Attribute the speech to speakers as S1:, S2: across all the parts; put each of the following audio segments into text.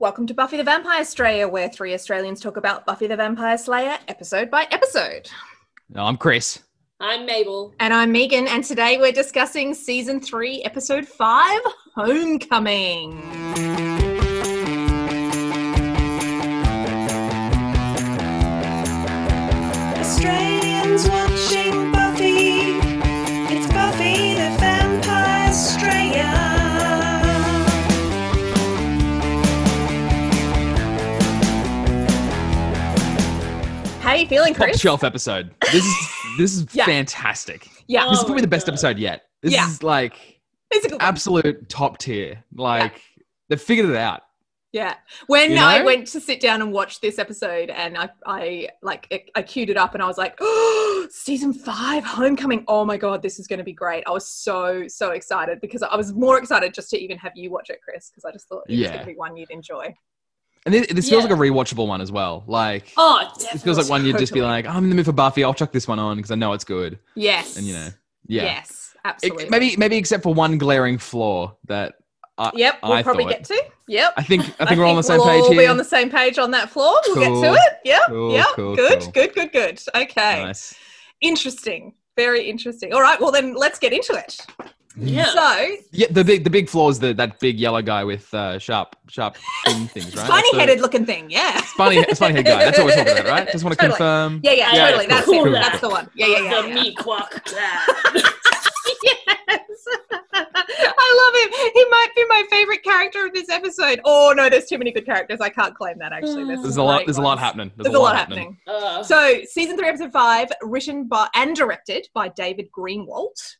S1: Welcome to Buffy the Vampire Slayer, where three Australians talk about Buffy the Vampire Slayer episode by episode.
S2: No, I'm Chris.
S3: I'm Mabel.
S1: And I'm Megan, and today we're discussing season three, episode five Homecoming.
S4: Australians watching Buffy. It's Buffy the Vampire Slayer.
S1: How you feeling,
S2: Top
S1: Chris?
S2: shelf episode. This is this is
S1: Yeah.
S2: fantastic.
S1: Yeah,
S2: This is
S3: Oh
S2: probably
S3: my
S2: the best
S3: God.
S2: episode yet. This
S1: Yeah.
S2: is like
S1: it's a good one.
S2: absolute top tier. Like they figured it out.
S1: Yeah. When
S2: You know?
S1: I went to sit down and watch this episode, and I, I like, it, I queued it up, and I was like, "Oh, season five, Homecoming! Oh my god, this is going to be great!" I was so so excited because I was more excited just to even have you watch it, Chris, because I just thought it was going
S2: Yeah.
S1: to be one you'd enjoy.
S2: And this, this feels
S3: Yeah.
S2: like a rewatchable one as well. Like
S3: Oh,
S2: it
S3: definitely.
S2: feels like one you'd just be
S1: totally.
S2: like, I'm in the mood for Buffy. I'll chuck this one on because I know it's good.
S1: Yes.
S2: And you know, yeah.
S1: Yes,
S2: It-
S1: absolutely.
S2: maybe maybe except for one glaring flaw that
S1: Yep, we'll
S2: I
S1: probably
S2: thought-
S1: get to. Yep.
S2: I think I think we're all on the same
S1: we'll
S2: page
S1: all
S2: here.
S1: be on the same page on that floor. We'll get
S2: Cool.
S1: to it. Yep.
S2: Cool,
S1: yep.
S2: cool,
S1: good.
S2: cool.
S1: Good. Good. Good. Okay.
S2: Nice.
S1: Interesting. Very interesting. All right. Well, then let's get into it.
S3: Yeah.
S1: So,
S2: Yeah, the big the big flaw is the, that big yellow guy with uh, sharp sharp thin things, right?
S1: funny
S2: That's the-
S1: headed looking thing. Yeah.
S2: Funny, funny head guy. That's what we're talking about, right? Just want to
S1: Totally.
S2: confirm.
S1: Yeah. Yeah.
S3: Yeah,
S1: totally.
S2: cool,
S1: That's
S3: cool,
S1: it.
S3: cool.
S1: That's the one. Yeah. Yeah. Yeah.
S3: the
S1: yeah.
S3: meat quack.
S1: Yes. I love him. He might be my favorite character of this episode. Oh no, there's too many good characters. I can't claim that actually.
S3: Mm.
S1: There's, some
S2: There's a lot.
S1: great
S2: There's a lot
S1: ones.
S2: happening.
S1: There's, a lot happening.
S3: Uh,
S1: So, season three, episode five, written by and directed by David Greenwald.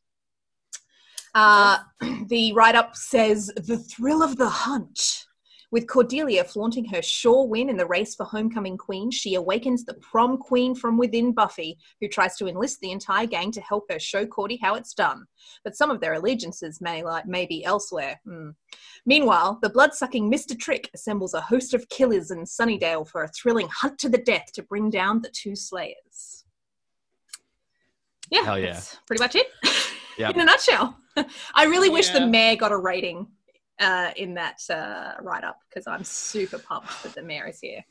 S1: Uh, the write up says The thrill of the hunt. With Cordelia flaunting her sure win in the race for homecoming queen, she awakens the prom queen from within Buffy, who tries to enlist the entire gang to help her show Cordy how it's done. But some of their allegiances may, like, may be elsewhere. Hmm. Meanwhile, the blood-sucking Mr. Trick assembles a host of killers in Sunnydale for a thrilling hunt to the death to bring down the two slayers. Yeah,
S2: Hell yeah.
S1: that's pretty much it.
S2: Yep.
S1: in a nutshell. I really wish the
S3: Yeah.
S1: mayor got a rating uh, in that uh, write-up because I'm super pumped that the mayor is here.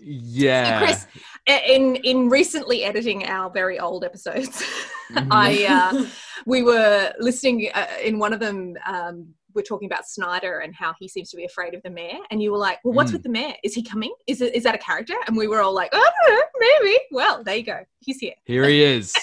S2: Yeah.
S1: So, Chris, i- in in recently editing our very old episodes,
S2: Mm-hmm.
S1: I uh, we were listening uh, in one of them um, we're talking about snyder and how he seems to be afraid of the mayor and you were like well what's
S2: Mm.
S1: with the mayor is he coming is, it, is that a character and we were all like oh I don't know, maybe well there you go he's here
S2: here he is.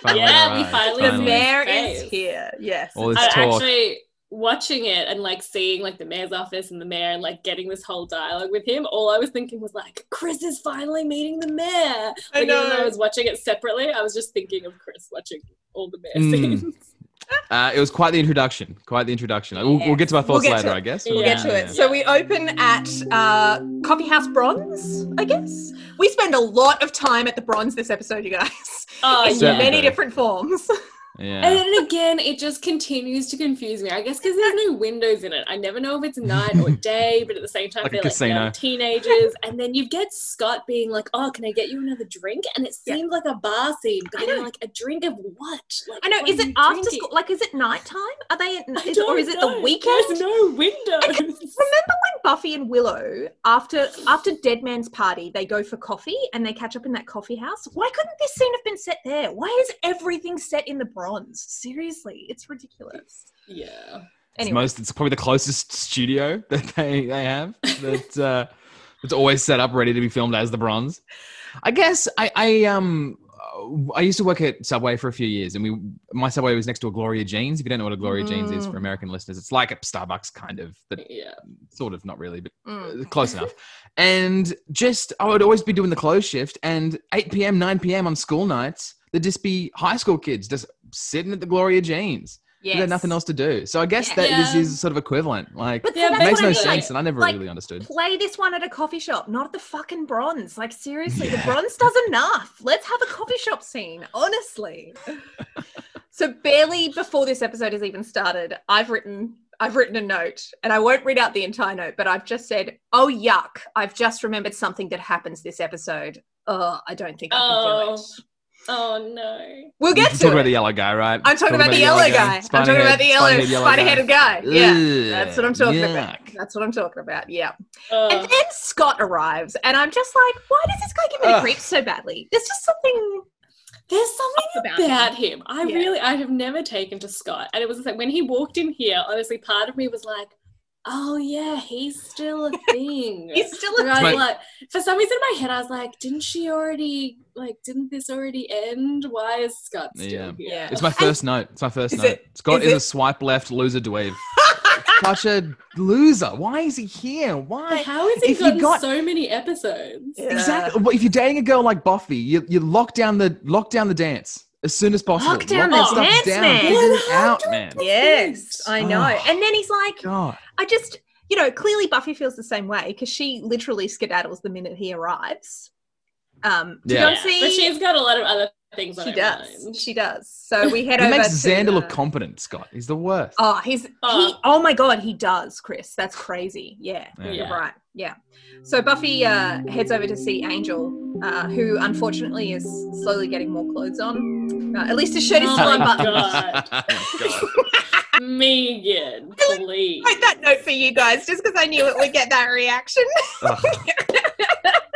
S2: Finally
S3: Yeah, we
S2: arrived.
S3: finally-
S1: the
S3: Finally.
S1: mayor is
S3: Face.
S1: here yes
S2: All this
S3: I
S2: talk.
S3: actually watching it and like seeing like the mayor's office and the mayor and like getting this whole dialogue with him. All I was thinking was like, Chris is finally meeting the mayor. Like,
S1: I
S3: Even though
S1: know.
S3: I was watching it separately, I was just thinking of Chris watching all the mayor
S2: Mm.
S3: scenes.
S2: uh, it was quite the introduction. Quite the introduction. We'll, we'll get to our
S1: We'll
S2: thoughts
S1: get to
S2: later,
S1: it.
S2: I guess.
S1: We'll get to it. So we open at uh, Coffee House Bronze, I guess. We spend a lot of time at the Bronze this episode, you guys,
S3: Oh
S1: in
S2: Certainly.
S3: yeah.
S1: many different forms.
S3: And
S2: Yeah.
S3: then again, it just continues to confuse me. I guess because there's no windows in it. I never know if it's night or day, but at the same time,
S2: Like a
S3: they're like
S2: casino.
S3: young teenagers. And then you get Scott being like, "Oh, can I get you another drink?" And it
S1: Yeah.
S3: seemed like a bar scene, but
S1: I
S3: then
S1: know.
S3: like a drink of what? Like,
S1: I know.
S3: what
S1: Is
S3: are
S1: it
S3: you
S1: after
S3: drinking?
S1: school? Like, is it nighttime? Are they? At,
S3: I
S1: is, or
S3: don't
S1: is it
S3: know.
S1: the weekend?
S3: There's no
S1: And-
S3: windows.
S1: Remember when Buffy and Willow, after after Dead Man's party, they go for coffee and they catch up in that coffee house? Why couldn't this scene have been set there? Why is everything set in the Bronze? Seriously, it's ridiculous.
S3: yeah.
S2: It's
S1: Anyway,
S2: most. It's probably the closest studio that they, they have. That uh, it's always set up ready to be filmed as the Bronze. I guess I I um I used to work at Subway for a few years, and we my Subway was next to a Gloria Jeans. If you don't know what a Gloria Jeans is
S1: Mm.
S2: for American listeners, it's like a Starbucks kind of, but
S3: Yeah.
S2: sort of not really, but
S1: Mm.
S2: uh, close enough. And just I would always be doing the close shift, and 8 p.m., 9 p.m. on school nights, there'd just be high school kids just sitting at the Gloria Jeans. They
S1: Yes.
S2: had nothing else to do. So I guess
S1: Yeah.
S2: that this
S3: Yeah.
S2: is sort of equivalent. Like,
S1: But so
S3: Yeah,
S2: it
S3: but
S1: that's
S2: makes
S1: what I
S2: no
S1: mean.
S2: sense,
S1: Like,
S2: and I never
S1: like-
S2: really understood.
S1: play this one at a coffee shop, not at the fucking Bronze. Like seriously, the
S2: Yeah.
S1: Bronze does enough. Let's have a coffee shop scene, honestly. so barely before this episode has even started, I've written I've written a note, and I won't read out the entire note, but I've just said, "Oh yuck! I've just remembered something that happens this episode. Oh, I don't think I can do
S3: Oh.
S1: it."
S3: Oh no.
S1: We'll
S2: You
S1: get
S2: can
S1: to
S2: talk
S1: it.
S2: about the yellow guy, right?
S1: I'm talking about the yellow guy. I'm talking about the yellow spider-headed guy. Yeah, that's what I'm talking about. That's what I'm talking about. Yeah. And
S3: Oh.
S1: then Scott arrives, and I'm just like, why does this guy give me the
S2: Ugh.
S1: creeps so badly? There's just something
S3: There's something
S1: about him.
S3: about him. I
S1: Yeah.
S3: really, I have never taken to Scott. And it was like when he walked in here, honestly, part of me was like, oh yeah, he's still a thing.
S1: He's still
S3: And
S1: a
S3: I was
S2: Right.
S3: like, for some reason in my head, I was like, didn't she already, like, didn't this already end? Why is Scott still
S2: Yeah.
S3: here?
S1: Yeah.
S2: It's my first note. It's my first
S1: Is
S2: note.
S1: it-
S2: Scott
S1: is
S2: is,
S1: it-
S2: a swipe left loser dweeb. Such a loser. Why is he here?
S3: Like,
S2: Why?
S3: how has he
S2: If you
S3: gotten
S2: got-
S3: so many episodes?
S1: Yeah.
S2: Exactly. Well, if you're dating a girl like Buffy, you, you lock down the lock down the dance as soon as possible.
S1: Lock down
S3: the
S2: stuff
S1: dance, man.
S2: Get it out, man.
S1: yes, I know.
S2: Oh.
S1: And then he's like,
S2: God.
S1: I just, you know, clearly Buffy feels the same way because she literally skedaddles the minute he arrives. Um, to
S2: Yeah.
S1: go
S3: Yeah,
S1: and see.
S3: But she's got a lot of other things on
S1: she
S3: her
S1: does.
S3: mind.
S1: She does. So we head
S2: He
S1: over.
S2: makes
S1: to,
S2: Xander
S1: uh,
S2: look competent, Scott. He's the worst.
S1: Oh, he's he.
S3: Oh.
S1: Oh my god, he does, Chris. That's crazy. Yeah,
S2: Yeah.
S1: you're
S3: Yeah.
S1: right. Yeah. So Buffy uh, heads over to see Angel, uh, who unfortunately is slowly getting more clothes on. Uh, at least his shirt is
S3: Oh
S1: still
S3: my
S1: unbuttoned.
S3: God.
S2: God.
S3: Megan, please.
S1: Write that note for you guys, just because I knew it would get that reaction.
S2: Ugh.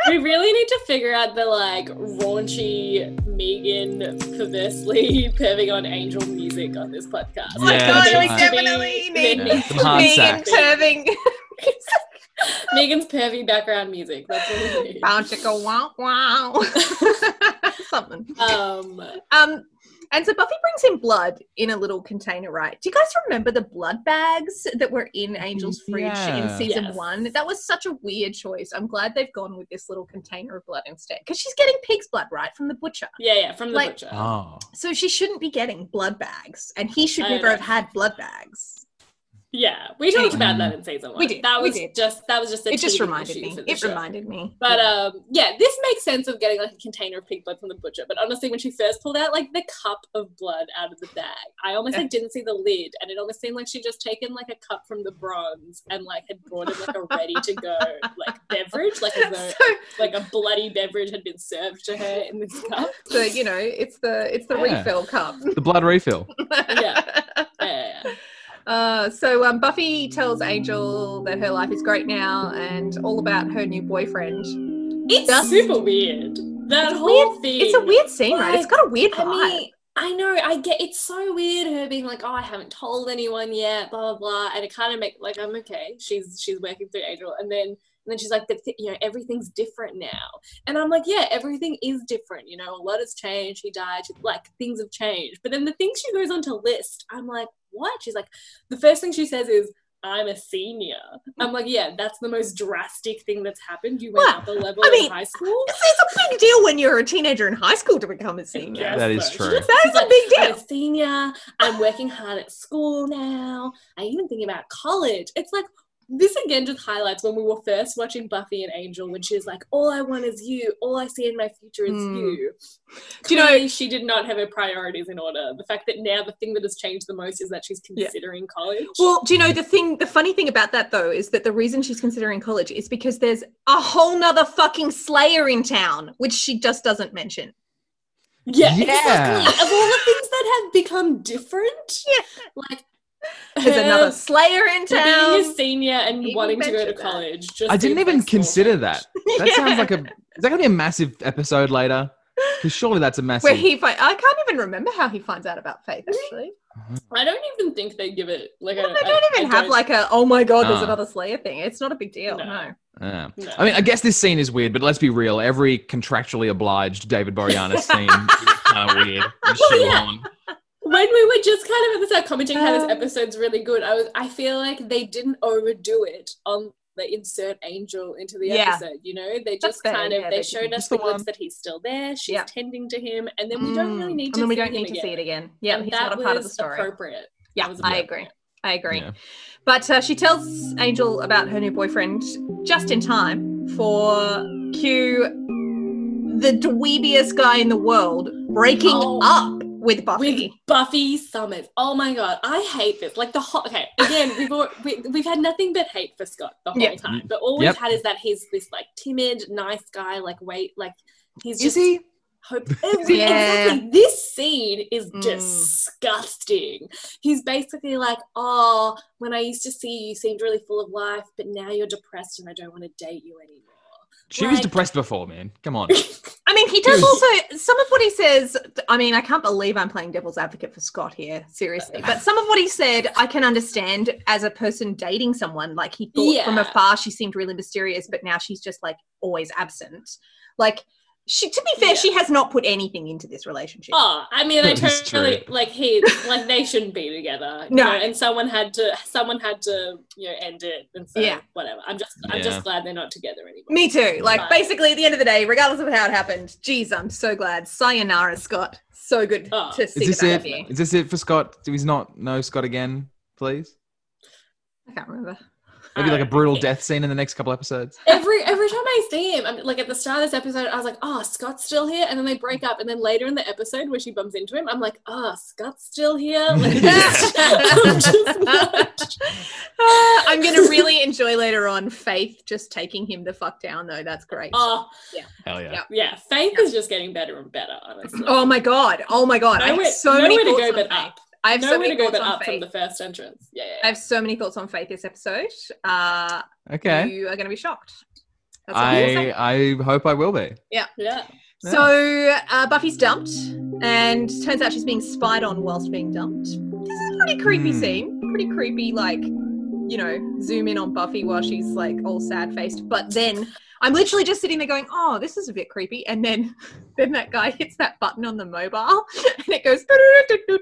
S3: we really need to figure out the like raunchy Megan perversely perving on angel music on this podcast.
S2: Oh my Yeah, God,
S3: there
S2: we
S3: needs to
S1: definitely
S3: there
S1: need-
S3: needs
S2: Some
S3: to
S2: hard
S3: be
S1: Being
S2: sack.
S1: curving.
S3: Megan's pervy background music. That's what we need.
S1: Bow chicka wow wow. Something.
S3: Um,
S1: Um, and so Buffy brings in blood in a little container, right? Do you guys remember the blood bags that were in Angel's fridge in
S2: Yeah.
S1: season
S3: Yes.
S1: one? That was such a weird choice. I'm glad they've gone with this little container of blood instead. Because she's getting pig's blood, right, from the butcher.
S3: yeah, yeah, from the
S1: Like-
S3: butcher.
S2: Oh.
S1: So she shouldn't be getting blood bags, and he should
S3: I
S1: never
S3: know.
S1: have had blood bags.
S3: yeah, we talked
S2: Mm.
S3: about that in season one.
S1: Mm-hmm. We did,
S3: That
S1: we
S3: was
S1: did.
S3: just that was just a
S1: it just
S3: teething
S1: reminded
S3: issue
S1: me.
S3: for the
S1: It
S3: show.
S1: reminded me.
S3: But
S1: Yeah.
S3: um, yeah, this makes sense of getting like a container of pig blood from the butcher. But honestly, when she first pulled out like the cup of blood out of the bag, I almost like didn't see the lid, and it almost seemed like she'd just taken like a cup from the bronze and like had brought in like a ready to go like beverage, like as though
S1: so,
S3: like a bloody beverage had been served to her in this cup.
S1: so you know, it's the it's the
S2: Yeah.
S1: refill cup.
S2: The blood refill.
S3: Yeah. Yeah, yeah,
S1: Uh, so um, Buffy tells Angel that her life is great now and all about her new boyfriend.
S3: it's
S1: Just-
S3: super weird. That
S1: It's
S3: whole
S1: weird-
S3: thing.
S1: It's a weird scene, right? It's got a weird vibe.
S3: I mean, I know, I get it's so weird her being like, Oh, I haven't told anyone yet, blah blah blah. And it kind of make like I'm okay. She's she's working through Angel and then and then she's like, "But th- you know, everything's different now. And I'm like, yeah, everything is different. You know, a lot has changed. He died. She, like, things have changed. But then the things she goes on to list, I'm like, what? She's like, the first thing she says is, I'm a senior. I'm like, yeah, that's the most drastic thing that's happened. You went
S1: Well,
S3: up a level
S1: I
S3: in
S1: mean,
S3: high school.
S1: it's, it's a big deal when you're a teenager in high school to become a senior.
S3: Yeah.
S2: That is
S3: Yes,
S2: true.
S1: That
S3: She's
S1: is a
S3: like,
S1: big
S3: I'm a
S1: deal.
S3: senior. I'm working hard at school now. I even think about college. It's like this again just highlights when we were first watching Buffy and Angel when she was like, "All I want is you. All I see in my future is
S1: Hmm.
S3: you."
S1: Do you know-
S3: Clearly, she did not have her priorities in order. The fact that now the thing that has changed the most is that she's
S1: Yeah.
S3: considering college.
S1: Well, do you know the thing? The funny thing about that though is that the reason she's considering college is because there's a whole nother fucking Slayer in town, which she just doesn't mention.
S3: yeah,
S2: Yeah.
S3: exactly. Of all the things that have become different,
S1: Yeah.
S3: like
S1: There's
S3: her
S1: another Slayer in town.
S3: being a senior and
S1: Even
S3: wanting to go to
S1: mention that.
S3: college. Just
S2: I didn't
S3: seems
S2: even
S3: like small
S2: consider
S3: things.
S2: that. That sounds like a. Is that going to be a massive episode later? Because surely that's a massive.
S1: Where he, fi- I can't even remember how he finds out about Faith. Actually,
S3: I don't even think they give it like I
S1: they don't
S3: I-
S1: even
S3: I
S1: have
S3: don't-
S1: like a oh my god, there's
S2: Nah.
S1: another Slayer thing. It's not a big deal.
S3: No.
S1: No,
S2: Yeah.
S3: no.
S2: I mean, I guess this scene is weird, but let's be real. Every contractually obliged David Boreanaz scene is kind of weird. and
S3: Well, yeah.
S2: shoehorned.
S3: when we were just kind of at the start commenting how
S1: Um,
S3: this episode's really good, I was I feel like they didn't overdo it on the insert angel into the
S1: Yeah.
S3: episode. You know, they
S1: That's
S3: just
S1: fair,
S3: kind of
S1: yeah,
S3: they
S1: they
S3: showed
S1: didn't-
S3: us
S2: just
S3: the
S2: the
S3: glimpse
S2: one.
S3: that he's still there. She's
S1: Yeah.
S3: tending to him, and then we don't really
S1: Mm.
S3: need
S1: and
S3: to.
S1: then we
S3: see
S1: don't
S3: him
S1: need to
S3: again.
S1: see it again. Yeah,
S3: And
S1: he's
S3: that
S1: not a part of the
S3: was
S1: story.
S3: Appropriate. That
S1: Yeah,
S3: was
S1: I agree.
S3: appropriate.
S1: I agree.
S2: Yeah.
S1: But uh, she tells Angel about her new boyfriend just in time for Q, the dweebiest guy in the world, breaking
S3: Oh.
S1: up with
S3: With
S1: Buffy.
S3: Buffy Summers. Oh my god, I hate this. Like the whole okay, again, we've all, we, we've had nothing but hate for Scott the whole
S1: Yeah.
S3: time. But all
S2: Yep.
S3: we've had is that he's this like timid, nice guy, like wait, like he's
S2: Is
S3: just
S2: he?
S3: Hope every,
S1: Yeah.
S3: exactly this scene is
S1: Mm.
S3: disgusting. He's basically like, "Oh, when I used to see you, you seemed really full of life, but now you're depressed, and I don't want to date you anymore."
S2: She was
S3: Like-
S2: depressed before, man. Come on.
S1: I mean, he
S3: Hmm.
S1: does
S2: Dude.
S1: also some of what he says. I mean, I can't believe I'm playing devil's advocate for Scott here, seriously. But some of what he said, I can understand as a person dating someone. Like he thought from
S3: Yeah.
S1: afar she seemed really mysterious, but now she's just like always absent. Like she, to be fair,
S3: Yeah.
S1: she has not put anything into this relationship.
S3: Oh, I mean, I
S2: That is
S3: totally
S2: true.
S3: like he like they shouldn't be together. you
S1: No.
S3: know, and someone had to someone had to you know end it, and so
S1: Yeah.
S3: whatever. I'm just I'm
S2: Yeah.
S3: just glad they're not together anymore.
S1: Me too. Like
S3: Right.
S1: basically, at the end of the day, regardless of how it happened, geez, I'm so glad. Sayonara, Scott. So good
S3: Oh.
S1: to
S3: Is
S1: see
S2: Is this
S1: the back
S2: it?
S1: of you.
S2: Is this it for Scott? He's not no Scott again, please.
S1: I can't remember.
S2: Maybe like a
S3: Alright,
S2: brutal
S3: okay.
S2: death scene in the next couple episodes.
S3: Every every time I see him, I'm, like at the start of this episode, I was like, "Oh, Scott's still here," and then they break up, and then later in the episode where she bumps into him, I'm like, "Oh, Scott's still here." Like, I'm just not-
S1: Ah, I'm gonna really enjoy later on Faith just taking him the fuck down though. That's great.
S3: oh
S2: Hell yeah.
S1: Yeah.
S3: yeah, Faith is just getting better and better. Honestly,
S1: oh my god. Oh my god. I have
S3: nowhere,
S1: so many
S3: nowhere to
S1: thoughts
S3: go
S1: on
S3: but
S1: Faith.
S3: up.
S1: I have so
S3: Nowhere
S1: many
S3: to go
S1: thoughts
S3: but
S1: on
S3: up from
S1: Faith.
S3: the first entrance. Yeah, yeah,
S1: I
S3: yeah.
S1: have so many thoughts on Faith this episode. Uh,
S2: Okay.
S1: You are gonna be shocked. That's all I'm gonna say.
S2: I I hope I will be.
S3: yeah.
S2: Yeah.
S1: So uh, Buffy's dumped, and turns out she's being spied on whilst being dumped. This is a pretty creepy
S2: Hmm.
S1: scene. Pretty creepy, like you know, zoom in on Buffy while she's like all sad faced. But then I'm literally just sitting there going, "Oh, this is a bit creepy." And then then that guy hits that button on the mobile, and it goes and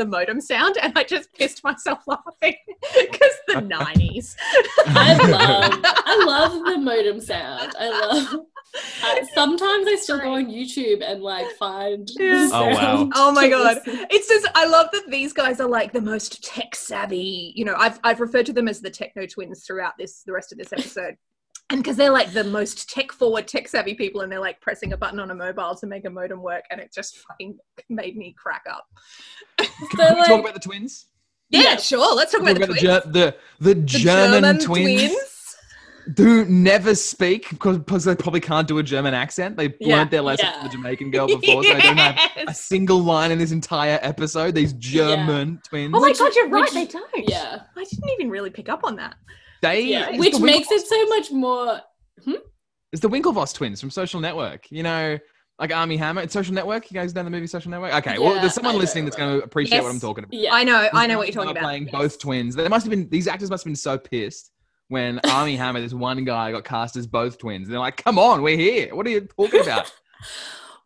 S1: the modem sound, and I just pissed myself laughing because the '90s.
S3: I love, I love the modem sound. I love. I- sometimes I still go on YouTube and like find. the
S1: Yeah.
S2: Oh, wow.
S3: sound
S1: Oh, my
S3: to
S1: God.
S3: listen.
S1: It's just I love that these guys are like the most tech savvy. You know, I've I've referred to them as the techno twins throughout this the rest of this episode. And because they're like the most tech forward, tech savvy people, and they're like pressing a button on a mobile to make a modem work, and it just fucking made me crack up.
S2: Can
S3: So,
S2: we talk
S3: like-
S2: about the twins?
S1: Yeah,
S3: Yeah.
S1: sure. Let's talk
S2: Talk
S1: about the
S2: about the,
S1: twins.
S2: Ger- the, the
S1: The
S2: German, twins, who never speak because, because they probably can't do a German accent. They
S1: Yeah.
S2: learned their lesson
S3: Yeah.
S2: from the Jamaican girl before, so they don't have a
S1: Yes.
S2: single line in this entire episode. These German twins.
S1: Oh my
S3: Which-
S1: god, you're right.
S3: which-
S1: they don't.
S3: Yeah,
S1: I didn't even really pick up on that.
S2: they,
S3: yeah.
S2: it's
S3: Which
S2: the
S3: makes
S2: Winklevoss-
S3: it so much more.
S2: It's the Winklevoss twins from Social Network. You know, like Army Hammer. It's Social Network. You guys know the movie Social Network? Okay, well,
S3: Yeah,
S2: there's
S3: I
S2: someone
S3: know,
S2: listening that's
S3: right.
S2: going to appreciate what
S1: Yes.
S2: I'm talking about.
S3: Yeah,
S1: I know. I know what you're
S2: They
S1: talking
S2: were
S1: about.
S2: Playing
S1: Yes.
S2: both twins. They must have been these actors must have been so pissed when Army Hammer, this one guy, got cast as both twins. And they're like, "Come on, we're here. What are you talking about?"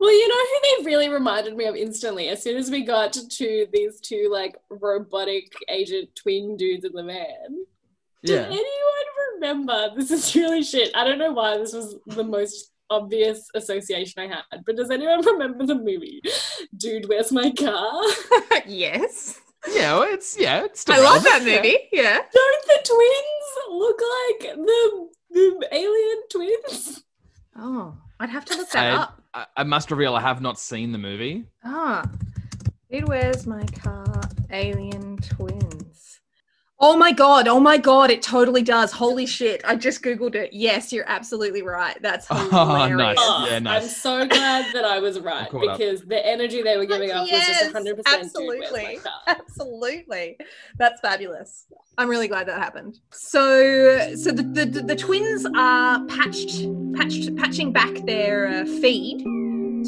S3: Well, you know who they really reminded me of instantly as soon as we got to these two like robotic agent twin dudes in the van. Did
S2: yeah,
S3: anyone remember? This is really shit. I don't know why this was the most obvious association I had, but does anyone remember the movie? Dude, where's my car?
S1: yes.
S2: yeah, well, it's yeah, it's. still
S1: I love that
S2: relevant. Yeah.
S1: movie. Yeah.
S3: don't the twins look like the, the alien twins?
S1: Oh, I'd have to look that
S2: I-
S1: up.
S2: I, I must reveal I have not seen the movie.
S1: Ah, dude, where's my car? Alien twins. Oh my god! Oh my god! It totally does. Holy shit! I just googled it. Yes, you're absolutely right. That's
S2: Oh,
S1: hilarious.
S2: nice.
S3: Oh,
S2: Yeah, nice.
S3: I'm so glad that I was right
S2: caught up.
S3: because the energy they were giving off was
S1: Yes,
S3: just 100% dude,
S1: absolutely.
S3: where's my car?
S1: Absolutely, that's fabulous. I'm really glad that happened. So, so the the, the, the twins are patched, patched, patching back their uh, feed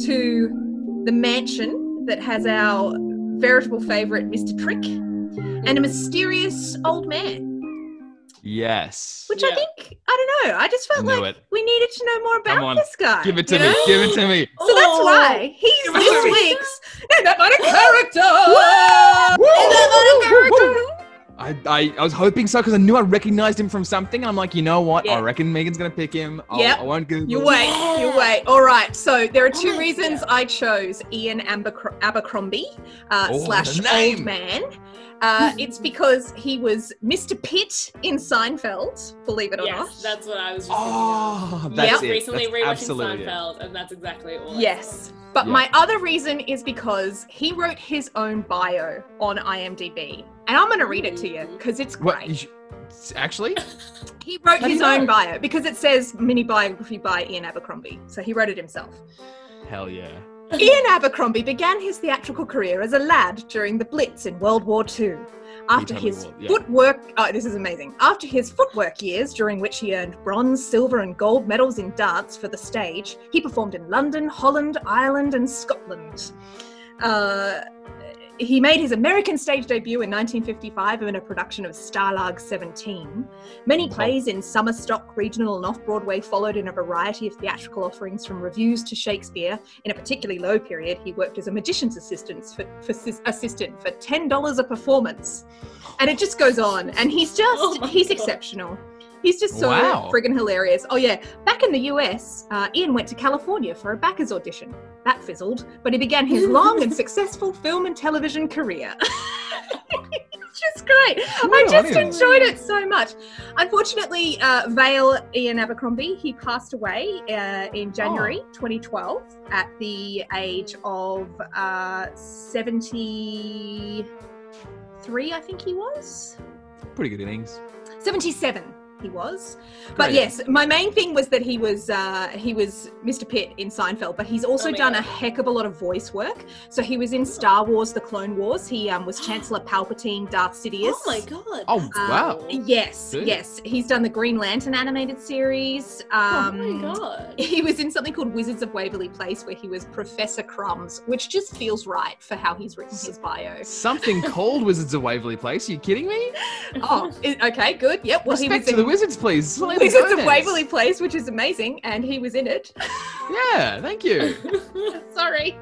S1: to the mansion that has our veritable favorite, Mr. Trick, and a mysterious old man.
S2: Yes,
S1: Which I
S3: Yeah.
S1: think I don't know. I just felt
S2: Knew
S1: like
S2: it.
S1: we needed to know more
S2: Come
S1: about
S2: on,
S1: this guy.
S2: give it to
S1: you
S2: me.
S1: know?
S2: Give it to me.
S1: So that's why he's
S2: Give it
S1: this
S2: to me.
S1: week's Ain't That Not a Character. Ain't That Not a Character?
S2: I, I, I was hoping so because I knew I recognized him from something. And I'm like, you know what?
S1: Yeah.
S2: I reckon Megan's gonna pick him. I'll-
S1: Yep.
S2: I won't give.
S1: You wait, you
S3: Yeah.
S1: wait. All right. So there are two
S3: my
S1: reasons
S3: God.
S1: I chose Ian Abercr- Abercrombie uh,
S2: Oh,
S1: slash
S2: the name.
S1: old man. Uh, it's because he was Mr. Pitt in Seinfeld, believe it or
S3: Yes,
S1: not.
S3: that's what I was just thinking of.
S2: Oh,
S1: Yep.
S2: that's
S3: Just
S2: it.
S3: recently
S2: That's
S3: rewatching
S2: absolutely it.
S3: Seinfeld, and that's exactly all. I
S1: Yes. But
S2: Yeah.
S1: my other reason is because he wrote his own bio on IMDb. And I'm going to read it to you because it's great.
S2: What? You sh- s- actually?
S1: He wrote
S2: How do
S1: his
S2: you
S1: own
S2: know?
S1: bio because it says mini biography by Ian Abercrombie. So he wrote it himself.
S2: Hell yeah.
S1: Ian Abercrombie began his theatrical career as a lad during the Blitz in World War II. After
S2: totally
S1: his
S2: will, yeah.
S1: footwork, oh, this is amazing. After his footwork years, during which he earned bronze, silver, and gold medals in darts for the stage, he performed in London, Holland, Ireland, and Scotland. Uh, he made his American stage debut in 1955 in a production of Starlag 17. Many
S2: Wow.
S1: plays in summer stock, regional, and off Broadway followed in a variety of theatrical offerings from reviews to Shakespeare. In a particularly low period, he worked as a magician's assistant for, for, sis- assistant for $10 a performance. And it just goes on. And he's just,
S3: Oh my
S1: he's
S3: God.
S1: exceptional. He's just so
S2: Wow.
S1: friggin' hilarious. Oh, yeah. Back in the US, uh, Ian went to California for a backers audition. That fizzled, but he began his long and successful film and television career. it's just great. I
S2: Good
S1: just
S2: on him.
S1: enjoyed it so much. Unfortunately, uh, Vale Ian Abercrombie, he passed away uh, in January
S3: Oh.
S1: 2012 at the age of uh, 73, I think he was.
S2: Pretty good innings.
S1: 77 he was but
S2: Great.
S1: yes my main thing was that he was uh, he was mr pitt in seinfeld but he's also
S3: Oh my
S1: done a
S3: God.
S1: heck of a lot of voice work so he was in star wars the clone wars he um, was chancellor palpatine darth sidious
S3: Oh my god.
S2: Oh,
S1: Um,
S2: wow.
S1: yes
S2: Good.
S1: yes he's done the green lantern animated series um,
S3: oh my god.
S1: he was in something called Wizards of Waverly Place, where he was Professor Crumbs, which just feels right for how he's written his bio.
S2: Something called Wizards of Waverly Place. Are you kidding me?
S1: Oh, i- okay, good. Yep. Well,
S2: Respect
S1: he was
S2: to
S1: in
S2: the Wizards, please. Selena
S1: Wizards of
S2: Gomez.
S1: Waverly Place, which is amazing, and he was in it.
S2: Yeah, thank you.
S1: Sorry.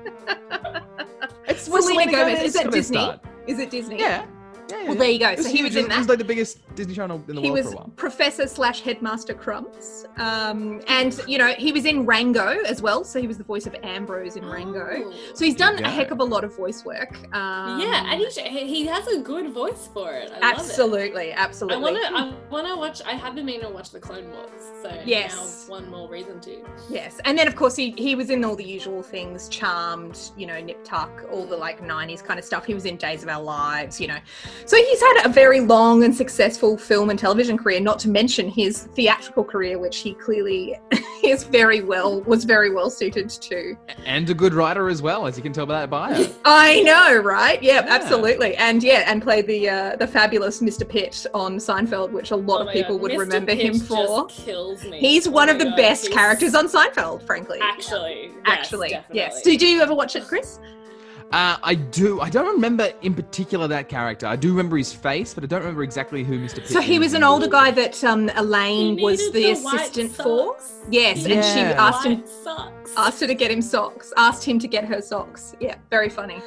S2: It's
S1: Selena
S2: Selena
S1: Gomez. Is that
S2: got his
S1: Disney?
S2: start.
S1: Is it Disney?
S2: Yeah. Yeah,
S1: Well,
S2: yeah.
S1: there you go.
S2: It was
S1: So he was
S2: huge.
S1: in
S2: It was
S1: that.
S2: like the biggest Disney channel in the
S1: He
S2: world for
S1: was
S2: a while.
S1: Professor slash Headmaster Crumbs, um, and you know he was in Rango as well. So he was the voice of Ambrose in Rango.
S3: Oh.
S1: So he's
S2: There you
S1: done a
S2: go.
S1: heck of a lot of voice work. Um,
S3: yeah, and he, sh- he he has a good voice for it. I Love it.
S1: absolutely, absolutely.
S3: I want to. I want to watch. I have been meaning to watch the Clone Wars, so
S1: Yes.
S3: now one more reason to.
S1: Yes, and then of course he he was in all the usual things, Charmed, you know, Nip Tuck, all the like '90s kind of stuff. He was in Days of Our Lives, you know. So he's had a very long and successful film and television career, not to mention his theatrical career, which he clearly is very well was very well suited to.
S2: And a good writer as well, as you can tell by that bio.
S1: I know, right? Yeah,
S2: Yeah.
S1: absolutely, and yeah, and played the uh, the fabulous Mr. Pitt on Seinfeld, which a lot
S3: Oh
S1: of
S3: my
S1: people
S3: God,
S1: would
S3: Mr.
S1: remember him
S3: Pitch just
S1: for.
S3: kills me. Oh
S1: He's one
S3: one
S1: of the best characters on Seinfeld, frankly.
S3: Actually, yes,
S1: actually. Yes.
S3: definitely.
S1: Did you ever watch it, Chris?
S2: Uh, I do. I don't remember in particular that character. I do remember his face, but I don't remember exactly who Mr. Pitt
S1: So he
S2: is.
S1: was an older guy that um,
S3: He
S1: Elaine was
S3: needed
S1: the,
S3: white
S1: assistant for.
S3: socks.
S1: Yes, and she
S2: Yeah.
S1: asked him
S3: White socks.
S1: asked her to get him socks. Asked him to get her socks. Yeah, very funny.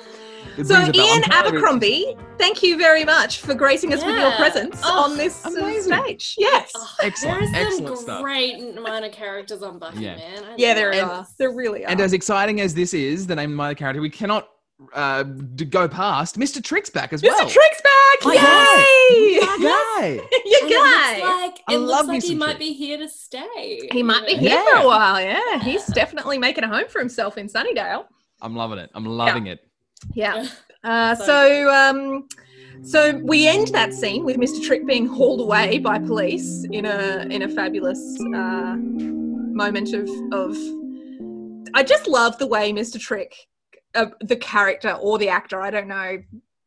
S2: It
S1: so
S2: rings a bell. I'm
S1: Ian
S2: trying to re-
S1: Abercrombie, thank you very much for gracing us with your
S3: Yeah.
S1: presence
S3: Oh,
S1: on this uh,
S2: amazing.
S1: stage. Yes.
S3: Oh,
S2: Excellent,
S3: There are some
S2: excellent stuff.
S3: great minor characters on Buffy,
S2: Yeah.
S3: man. I
S1: yeah, there
S3: love
S1: are.
S3: this.
S1: There really are.
S2: And as exciting as this is, the name of my character, we cannot uh, d- go past Mr. Trick's back as
S1: Mr.
S2: well. Oh
S1: Trick's back!
S2: My
S1: Yay!
S2: Yay!
S1: you
S3: And it looks
S1: guy.
S3: like,
S2: I
S3: it
S2: love
S3: looks like
S2: me
S3: he
S2: some
S3: might
S2: Trick.
S3: be here to stay.
S1: He might be
S3: Yeah.
S1: here for
S2: Yeah.
S1: a while. Yeah, he's definitely making a home for himself in Sunnydale.
S2: I'm loving it. I'm loving it.
S1: Yeah. Uh,
S3: So-
S1: so um, so we end that scene with Mr. Trick being hauled away by police in a in a fabulous uh, moment of of. I just love the way Mr. Trick, uh, the character or the actor, I don't know,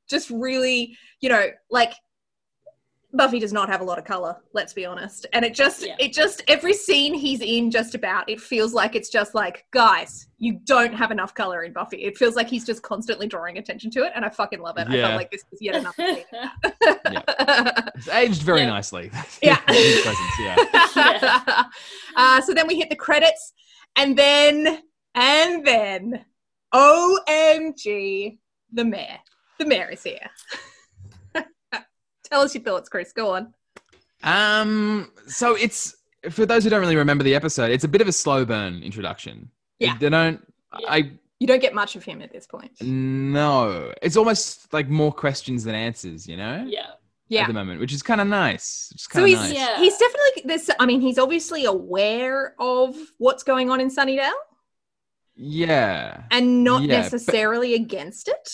S1: just really you know like. Buffy does not have a lot of color, let's be honest. And it just,
S3: Yeah.
S1: it just, every scene he's in, just about, it feels like it's just like, guys, you don't have enough color in Buffy. It feels like he's just constantly drawing attention to it. And I fucking love it. I felt
S2: Yeah.
S1: like this was yet another scene.
S2: It's aged very
S3: Yeah.
S2: nicely.
S1: Yeah.
S2: His presence, yeah.
S3: Yeah.
S1: uh, so then we hit the credits, and then and then, OMG, the mayor, the mayor is here. Tell us your thoughts, Chris. Go on.
S2: Um, so it's for those who don't really remember the episode, it's a bit of a slow burn introduction.
S1: Yeah.
S2: They don't.
S3: Yeah.
S2: I
S1: You don't get much of him at this point.
S2: no. It's almost like more questions than answers. You know.
S3: yeah.
S1: Yeah.
S2: At the moment, which is kind of nice. It's
S1: So
S2: kind of
S1: he's
S2: nice.
S3: Yeah.
S1: he's definitely this. I mean, he's obviously aware of what's going on in Sunnydale
S2: Yeah.
S1: and not
S2: Yeah, but-
S1: necessarily against it.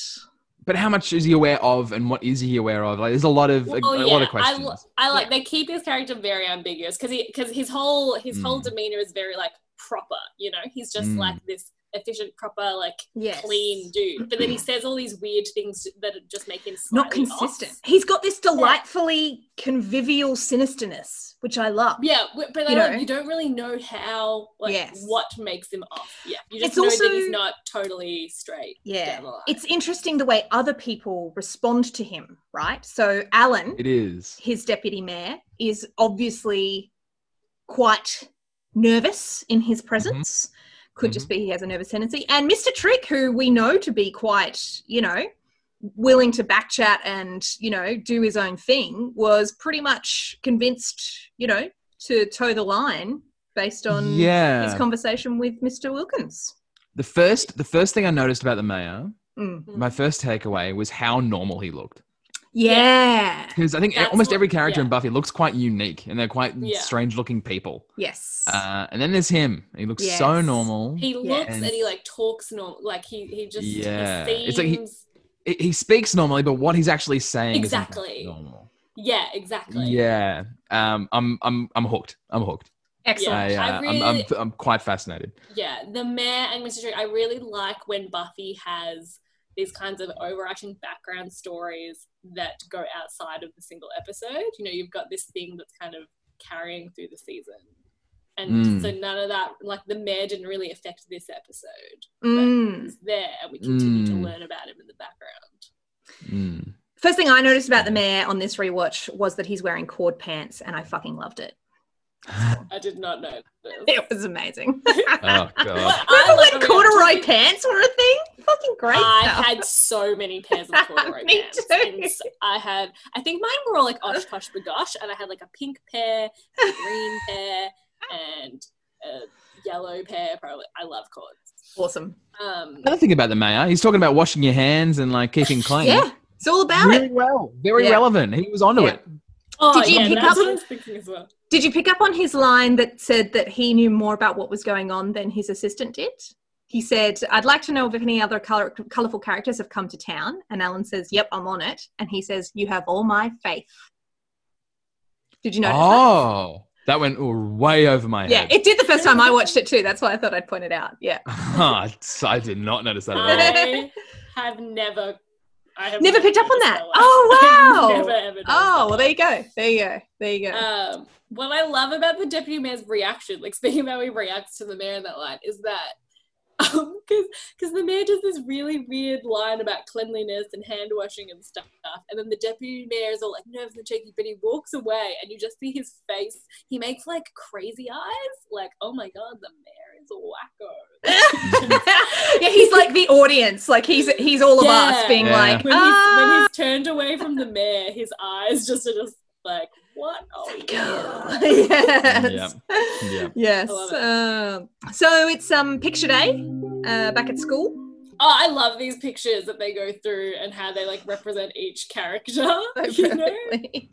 S2: But how much is he aware of, and what is he aware of? Like, there's a lot of a,
S3: Well,
S2: a lot
S3: yeah,
S2: of questions.
S3: I, lo- I like
S1: Yeah.
S3: they keep his character very ambiguous because he because his whole his whole
S2: Mm.
S3: demeanor is very like proper. You know, he's just
S2: Mm.
S3: like this efficient, proper, like
S1: Yes.
S3: clean dude. But then he says all these weird things that just make him
S1: Not
S3: slightly
S1: consistent.
S3: off.
S1: He's got this delightfully convivial sinisterness, which I love.
S3: Yeah, w- but
S1: You
S3: you,
S1: know?
S3: you don't really know how, like,
S1: Yes.
S3: what makes him off. Yeah, you just
S1: It's
S3: know
S1: also-
S3: that he's not totally straight.
S1: Yeah.
S3: down the line.
S1: It's interesting the way other people respond to him, right? So Alan,
S2: It is.
S1: his deputy mayor, is obviously quite nervous in
S2: Mm-hmm.
S1: his presence. Could just be he has a nervous tendency. And Mr. Trick, who we know to be quite, you know, willing to backchat and, you know, do his own thing, was pretty much convinced, you know, to toe the line based on
S2: yeah.
S1: his conversation with Mr. Wilkins.
S2: the first, the first thing I noticed about the mayor,
S1: Mm.
S2: my first takeaway was how normal he looked.
S1: Yeah.
S2: Because I think
S3: That's
S2: almost
S3: what-
S2: every character in
S3: yeah.
S2: Buffy looks quite unique, and they're quite
S3: Yeah.
S2: strange-looking people.
S1: Yes.
S2: Uh, and then there's him. He looks so
S1: Yes.
S2: normal. He,
S3: He looks
S2: And-
S3: and he like talks normal. Like he he just he
S2: Yeah.
S3: seems.
S2: It's like he- he speaks normally, but what he's actually saying
S3: Exactly.
S2: is normal.
S3: yeah, exactly.
S2: Yeah. Um, I'm, I'm, I'm hooked. I'm hooked.
S1: Excellent.
S2: I,
S3: I
S2: uh, I'm, I'm,
S3: really-
S2: I'm quite fascinated.
S3: Yeah, the mayor and Mr. Trick. I really like when Buffy has these kinds of overarching background stories that go outside of the single episode. You know, you've got this thing that's kind of carrying through the season. And
S2: Mm.
S3: so none of that, like the mayor didn't really affect this episode.
S1: Mm.
S3: It's there and we continue to
S2: Mm.
S3: learn about him in the background.
S2: Mm.
S1: First thing I noticed about the mayor on this rewatch was that he's wearing cord pants, and I fucking loved it.
S3: I did not know. This.
S1: It was amazing.
S2: Oh god.
S3: But I
S1: Remember
S3: love
S1: when
S3: that we were
S1: corduroy
S3: talking-
S1: pants were a thing? Fucking great
S3: I
S1: stuff.
S3: had so many pairs of corduroy
S1: Me
S3: pants.
S1: too.
S3: and s- I had, I think mine were all like osh posh bagosh, and I had like a pink pair, a green pair, and a yellow pair. Probably, I love cords.
S1: awesome.
S3: Um,
S2: Another thing about the mayor, he's talking about washing your hands and like keeping clean.
S1: Yeah, it's all about
S2: Very
S1: it.
S2: well. Very
S1: Yeah.
S2: relevant. He was onto
S1: Yeah.
S2: it.
S3: oh,
S1: Did you
S3: yeah,
S1: pick
S3: that's
S1: up-
S3: what I was thinking as well.
S1: Did you pick up on his line that said that he knew more about what was going on than his assistant did? He said, I'd like to know if any other color- colorful characters have come to town. And Alan says, Yep, I'm on it. And he says, You have all my faith. Did you notice that?
S2: oh. That? went way over my
S1: Yeah,
S2: head.
S1: it did the first time I watched it too. That's why I thought I'd point it out. Yeah.
S2: I did not notice that at all.
S3: I have never, I have
S1: Never
S3: never
S1: picked up on
S3: noticed
S1: that.
S3: one.
S1: Oh,
S3: I've
S1: wow.
S3: never, ever noticed
S1: Oh,
S3: that
S1: well,
S3: one.
S1: there you go. There you go. There you go.
S3: um, what I love about the deputy mayor's reaction, like speaking about how he reacts to the mayor in that line, is that because because the mayor does this really weird line about cleanliness and hand washing and stuff, and then the deputy mayor is all like nervous and shaky, but he walks away and you just see his face. He makes like crazy eyes, like oh my god, the mayor is a wacko.
S1: yeah, he's like the audience. Like he's he's all of us
S3: Yeah.
S1: being
S2: Yeah.
S1: like,
S3: When he's, when
S1: ah,
S3: he's turned away from the mayor, his eyes just are just like what? Oh,
S1: go.
S3: yeah.
S1: "Ah, yes.
S2: Yeah.
S1: Yes.
S3: I love
S1: Um, so it's um picture day uh, back at school.
S3: Oh, I love these pictures that they go through and how they like represent each character. You know?
S1: Perfectly.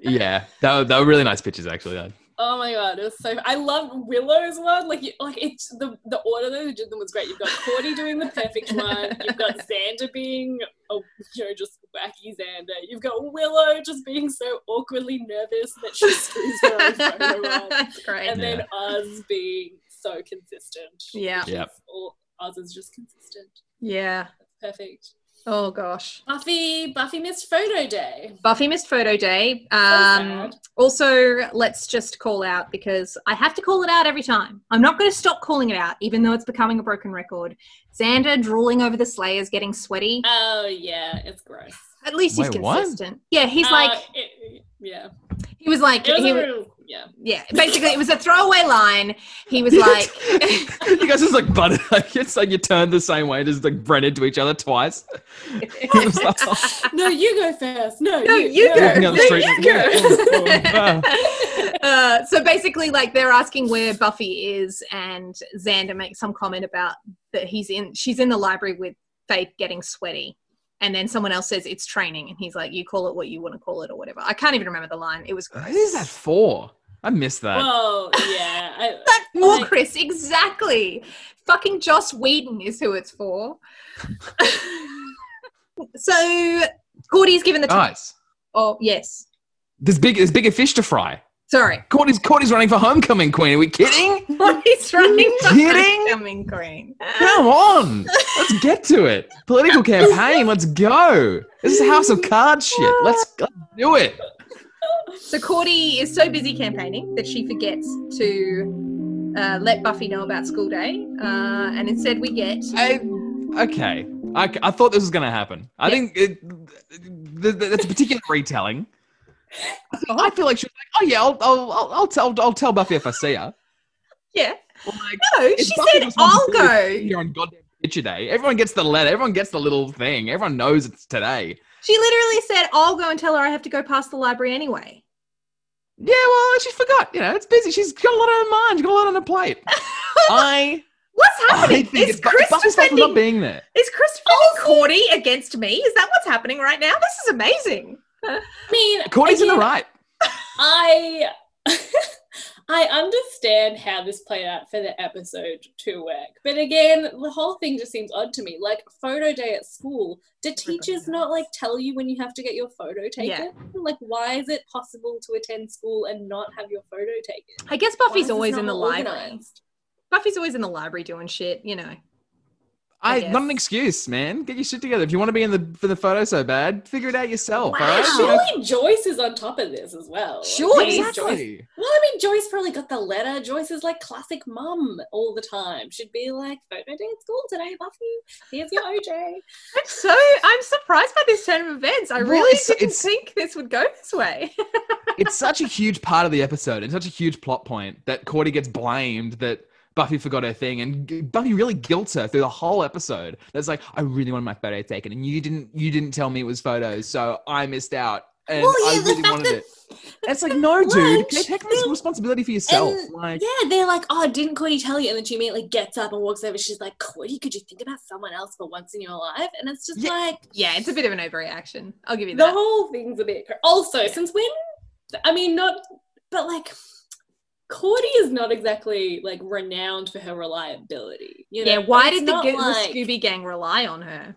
S2: Yeah. That were, that were really nice pictures actually. I-
S3: Oh my god, it was so. I love Willow's one. Like, you, like it's the the order that they did them was great. You've got Cordy doing the perfect one. You've got Xander being, oh, you know, just wacky Xander. You've got Willow just being so awkwardly nervous that she screws her own photo up.
S1: That's great.
S3: And then Oz being so consistent.
S1: Yeah.
S2: Yep.
S3: It's all- Oz is just consistent.
S1: Yeah.
S3: Perfect.
S1: Oh gosh.
S3: Buffy, Buffy missed photo day.
S1: Buffy missed photo day. Um,
S3: sad.
S1: also, let's just call out because I have to call it out every time. I'm not going to stop calling it out, even though it's becoming a broken record. Xander drooling over the Slayers, getting sweaty.
S3: Oh yeah, it's gross.
S1: At least he's
S2: Wait, what?
S1: consistent. Yeah, he's
S3: Uh,
S1: like
S3: it- yeah.
S1: he was like
S3: It was
S1: he
S3: a
S1: was,
S3: real- yeah.
S1: yeah. Basically, it was a throwaway line. He was like,
S2: you guys just like butted. Like, it's like you turned the same way, just like ran into each other twice. It was like, oh,
S3: No, you go first. No,
S1: No, you go.
S2: walking down the street.
S1: Yeah. uh, so basically, like they're asking where Buffy is, and Xander makes some comment about that he's in. She's in the library with Faith, getting sweaty, and then someone else says it's training, and he's like, "You call it what you want to call it, or whatever." I can't even remember the line. It was
S2: Who is that for? I missed that.
S3: Well, yeah. I,
S1: that for
S3: Like-
S1: Chris exactly. Fucking Joss Whedon is who it's for. so Cordy's given the. T-
S2: nice.
S1: oh yes. Oh,
S2: There's big. There's bigger fish to fry.
S1: Sorry.
S2: Courtney's Courtney's running for homecoming queen. Are we kidding?
S1: He's running for
S2: Kidding?
S1: homecoming queen.
S2: Come on, let's get to it. Political campaign. Let's go. This is House of Cards shit. Let's, let's do it.
S1: So Cordy is so busy campaigning that she forgets to uh, let Buffy know about school day, uh, and instead we get
S2: I, okay. I, I thought this was going to happen. I
S1: Yeah.
S2: think it, th- th- that's a particular retelling. I feel, I feel like she was like, oh, yeah, I'll, I'll, I'll, I'll, tell, I'll tell Buffy if I see her.
S1: yeah.
S2: Well, like,
S1: No,
S2: it's
S1: she
S2: Buffy's
S1: said I'll
S2: responsibility.
S1: go.
S2: You're on goddamn picture day. Everyone gets the letter. Everyone gets the little thing. Everyone knows it's today.
S1: She literally said I'll go and tell her I have to go past the library anyway.
S2: Yeah, well, she forgot. You know, it's busy. She's got a lot on her mind. She's got a lot on her plate. I,
S1: What's
S2: I
S1: happening?
S2: think
S1: Is
S2: it's Bu-
S1: Chris
S2: Buffy's fault for not
S1: defending?
S2: being there.
S1: Is Chris defending Cordy against me? Is that what's happening right now? This is amazing.
S3: I mean,
S2: Cordy's in the
S3: again,
S2: right.
S3: I I understand how this played out for the episode to work, but again, the whole thing just seems odd to me. Like photo day at school, do teachers
S1: Everybody
S3: not
S1: knows.
S3: like tell you when you have to get your photo taken?
S1: Yeah.
S3: Like, why is it possible to attend school and not have your photo taken?
S1: I guess
S3: Why is
S1: Buffy's
S3: this
S1: always
S3: not
S1: in the
S3: more
S1: library.
S3: organised?
S1: Buffy's always in the library doing shit, you know. I
S2: I,
S1: guess.
S2: not an excuse, man. Get your shit together. If you want to be in the for the photo so bad, figure it out yourself.
S1: Wow.
S2: All right? You know,
S3: Surely Joyce is on top of this as well.
S1: Joyce?
S3: Joyce-
S2: exactly.
S3: Well, I mean, Joyce probably got the letter. Joyce is like classic mum all the time. She'd be like, photo day at school today, Buffy. Here's your OJ.
S1: I'm so I'm surprised by this turn of events. I
S2: Well,
S1: really
S2: it's-
S1: didn't
S2: it's-
S1: think this would go this way.
S2: it's such a huge part of the episode. It's such a huge plot point that Cordy gets blamed that Buffy forgot her thing, and G- Buffy really guilts her through the whole episode. That's like, I really wanted my photo taken, and you didn't. You didn't tell me it was photos, so I missed out, and I really wanted it. It's like, no, dude,
S3: lunch
S2: can you take this responsibility for yourself?
S3: and-
S2: like,
S3: Yeah, they're like, oh, didn't Cody tell you? And then she immediately gets up and walks over. She's like, Cody, could you think about someone else for once in your life? And it's just
S2: Yeah.
S3: like,
S1: Yeah, it's a bit of an overreaction. I'll give you
S3: the
S1: that.
S3: whole thing's a bit. cra- Also, since when? I mean, not, but like, Cordy is not exactly like renowned for her reliability. You know?
S1: yeah, why
S3: It's
S1: did the,
S3: not
S1: g-
S3: like-
S1: the Scooby Gang rely on her?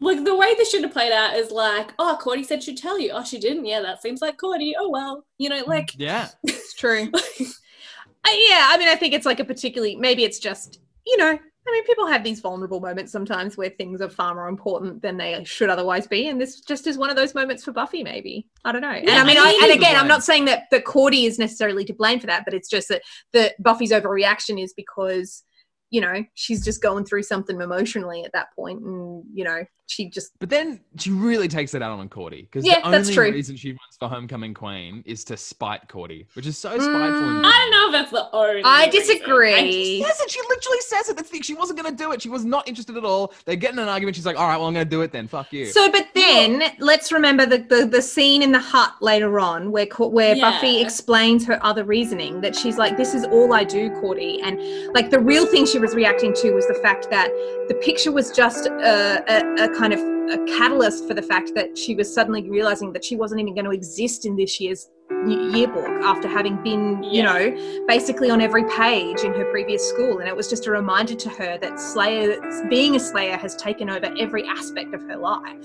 S3: Like the way this should have played out is like, oh, Cordy said she'd tell you. Oh, she didn't. Yeah, that seems like Cordy. Oh well, you know, like
S2: yeah,
S1: It's true. Uh, yeah, I mean, I think it's like a particularly maybe it's just you know, I mean, people have these vulnerable moments sometimes where things are far more important than they should otherwise be, and this just is one of those moments for Buffy. Maybe I don't know. And
S3: Yeah,
S1: I mean,
S3: I
S1: I,
S3: mean-
S1: and again, I'm
S2: Blame.
S1: not saying that that Cordy is necessarily to blame for that, but it's just that that Buffy's overreaction is because you know she's just going through something emotionally at that point, and you know she just
S2: But then she really takes it out on Cordy because
S1: Yeah,
S2: the only
S1: that's true.
S2: reason she runs for homecoming queen is to spite Cordy, which is so spiteful.
S1: Mm.
S2: and
S3: I don't know if that's the only.
S1: I
S3: reason.
S1: disagree.
S2: She says it. She literally says it. The thing she wasn't going to do it. She was not interested at all. They get in an argument. She's like, "All right, well, I'm going to do it then. Fuck you."
S1: So, but then let's remember the, the the scene in the hut later on where Co- where
S3: Yeah.
S1: Buffy explains her other reasoning that she's like, "This is all I do, Cordy," and like the real thing she was reacting to was the fact that the picture was just a, a, a kind of a catalyst for the fact that she was suddenly realizing that she wasn't even going to exist in this year's y- yearbook after having been you
S3: Yeah.
S1: know basically on every page in her previous school and it was just a reminder to her that slayer being a slayer has taken over every aspect of her life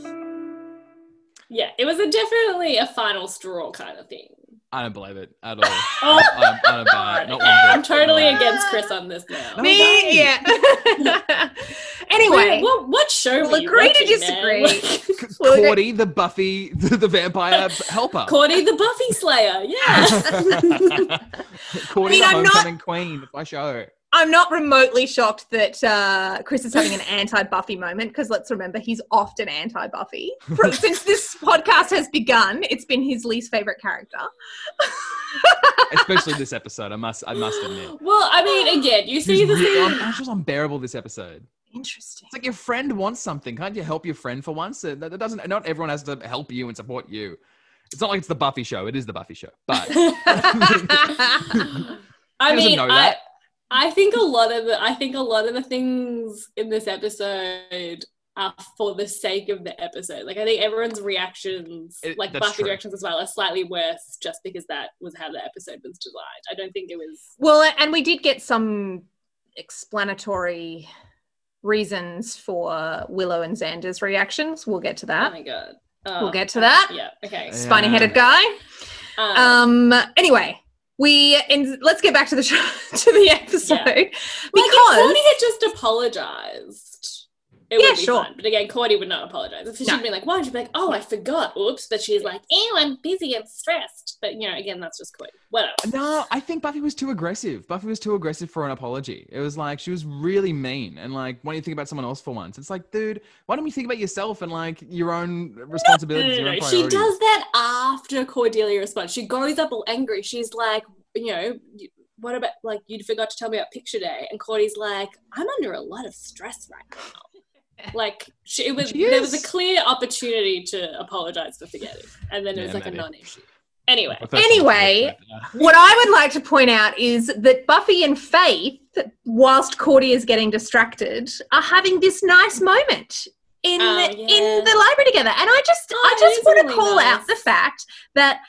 S3: Yeah, it was a definitely a final straw kind of thing.
S2: I don't believe it at all.
S3: Oh.
S2: I, I don't
S1: Oh,
S2: buy it. Uh, Not one
S3: I'm
S2: bit.
S3: totally
S2: No.
S3: against Chris on this now.
S2: No.
S1: me
S2: way.
S1: yeah anyway
S3: what, what show?
S1: We'll
S3: were you
S1: agree to
S3: watching, man?
S1: disagree. Well, okay.
S2: Cordy, the Buffy, the, the vampire helper.
S3: Cordy the Buffy Slayer. Yeah.
S1: I mean,
S2: Cordy, the
S1: I'm not-
S2: homecoming queen. It's my show.
S1: I'm not remotely shocked that uh, Chris is having an anti-Buffy moment because let's remember he's often anti-Buffy. Pro- Since this podcast has begun, it's been his least favorite character.
S2: Especially this episode. I must. I must admit.
S3: well, I mean, again, you see
S2: She's
S3: the
S2: really-
S3: scene.
S2: I'm- I'm just unbearable this episode.
S1: Interesting.
S2: It's like your friend wants something. Can't you help your friend for once? Uh, That that doesn't. Not everyone has to help you and support you. It's not like it's the Buffy show. It is the Buffy show. But
S3: I
S2: He doesn't
S3: mean,
S2: know
S3: I,
S2: that.
S3: I think a lot of the I think a lot of the things in this episode are for the sake of the episode. Like I think everyone's reactions,
S2: It-
S3: like
S2: that's
S3: Buffy's
S2: true.
S3: reactions as well, are slightly worse just because that was how the episode was designed. I don't think it was
S1: Well, uh, and we did get some explanatory reasons for Willow and Xander's reactions. We'll get to
S3: oh
S1: that.
S3: my god. Oh,
S1: We'll get to that.
S3: Yeah. Okay.
S2: Yeah.
S1: Spiny-headed guy.
S3: Um,
S1: Um. Anyway, we and let's get back to the show, to the episode
S3: like, if
S1: because
S3: Courtney had just apologized, it
S1: Yeah,
S3: would be
S1: sure.
S3: fine. But again, Courtney would not apologize. If she'd
S1: No.
S3: been like, "Why?" She'd be like, "Oh, I forgot. Oops." But she's like, "Ew, I'm busy. I'm stressed." But you know, again, that's just Courtney. Whatever.
S2: No, I think Buffy was too aggressive. Buffy was too aggressive for an apology. It was like she was really mean and like, why don't you think about someone else for once? It's like, dude, why don't you think about yourself and like your own
S3: No, no,
S2: responsibilities,
S3: no,
S2: your
S3: no.
S2: own priorities?
S3: Mm, She does that after Cordelia responds. She goes up all angry. She's like, you know, "You- what about like you forgot to tell me about picture day? And Cordy's like, I'm under a lot of stress right now. Like she, it was,
S2: She
S3: there was
S2: is.
S3: a clear opportunity to apologize for forgetting, and then it
S2: Yeah,
S3: was like
S2: maybe.
S3: a non-issue. Anyway,
S2: Well, first of all,
S1: Anyway.
S2: yeah.
S1: what I would like to point out is that Buffy and Faith, whilst Cordy is getting distracted, are having this nice moment in
S3: Oh,
S1: the,
S3: yeah.
S1: in the library together. And I just
S3: Oh,
S1: I just
S3: it's
S1: want to
S3: really
S1: call out the
S3: nice.
S1: fact that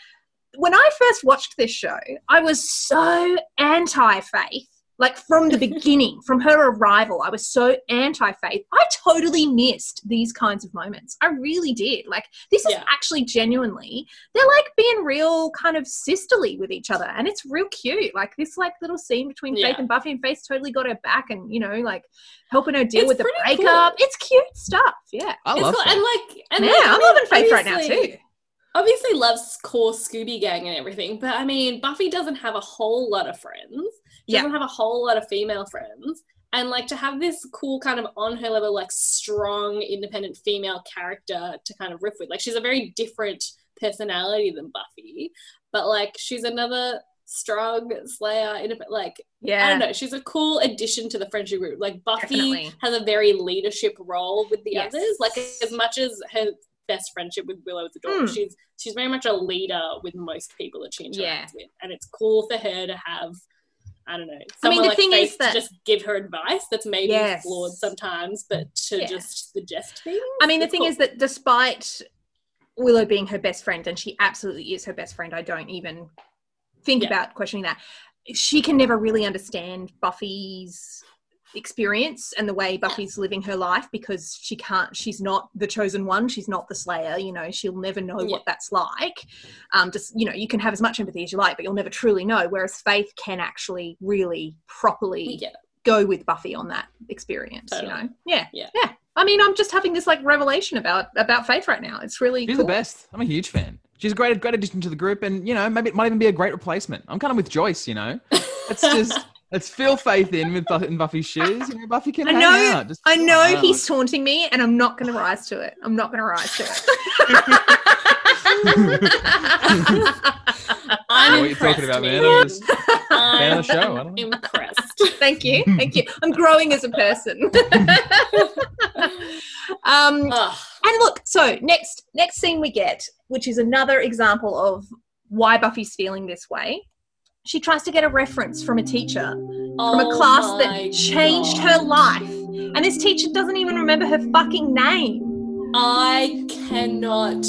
S1: when I first watched this show, I was so anti Faith. Like from the beginning, from her arrival, I was so anti faith. I totally missed these kinds of moments. I really did. Like, this is
S3: Yeah.
S1: actually genuinely they're like being real kind of sisterly with each other and it's real cute like this like little scene between faith
S3: Yeah.
S1: and buffy and faith totally got her back and you know like helping her deal
S3: It's
S1: with the
S3: pretty
S1: breakup it's cute stuff yeah
S2: I
S3: it's
S2: love
S3: cool.
S2: that.
S3: and like, and
S1: yeah
S3: like, I
S1: i'm
S3: mean,
S1: loving faith right now
S3: obviously-
S1: too
S3: obviously loves core Scooby Gang and everything, but I mean, Buffy doesn't have a whole lot of friends. She
S1: Yeah.
S3: doesn't have a whole lot of female friends. And like to have this cool kind of on her level, like strong, independent female character to kind of riff with. Like she's a very different personality than Buffy, but like she's another strong Slayer. indep- Like I don't
S1: yeah
S3: know, she's a cool addition to the friendship group. Like Buffy
S1: Definitely.
S3: has a very leadership role with the
S1: Yes.
S3: others. Like as much as her best friendship with Willow is adorable,
S1: Mm.
S3: she's she's very much a leader with most people that she interacts
S1: Yeah.
S3: with, and it's cool for her to have. I don't know.
S1: I mean,
S3: Someone
S1: the
S3: like
S1: thing
S3: Faith
S1: is that-
S3: to just give her advice that's maybe
S1: Yes.
S3: flawed sometimes, but to
S1: Yeah.
S3: just suggest things.
S1: i mean the
S3: it's
S1: thing
S3: cool.
S1: is that despite willow being her best friend and she absolutely is her best friend i don't even think
S3: Yeah.
S1: about questioning that she can never really understand buffy's experience and the way Buffy's living her life because she can't she's not the chosen one she's not the slayer you know she'll never know
S3: Yeah.
S1: what that's like um just you know you can have as much empathy as you like but you'll never truly know whereas faith can actually really properly
S3: yeah,
S1: go with Buffy on that experience you
S3: Totally.
S1: know yeah
S3: Yeah.
S1: yeah I mean I'm just having this like revelation about about faith right now it's really
S2: She's
S1: cool.
S2: the best. I'm a huge fan. She's a great, great addition to the group, and you know, maybe it might even be a great replacement. I'm kind of with Joyce, you know. Let's just let's fill faith in with Buffy, in Buffy's shoes. You know, Buffy can
S1: I
S2: hang
S1: know-
S2: out. Just
S1: I
S2: chill
S1: know
S2: out.
S1: he's taunting me and I'm not going to rise to it I'm not going to rise to it
S2: what
S3: I'm
S2: are you
S3: impressed,
S2: talking about, man?
S3: man.
S2: I'm just fan of the show. I don't know.
S3: impressed.
S1: Thank you. Thank you. I'm growing as a person. um,
S3: Ugh.
S1: and look, so next next scene we get, which is another example of why Buffy's feeling this way. She tries to get a reference from a teacher from a
S3: Oh
S1: class
S3: my
S1: that changed
S3: God.
S1: her life. And this teacher doesn't even remember her fucking name.
S3: I cannot.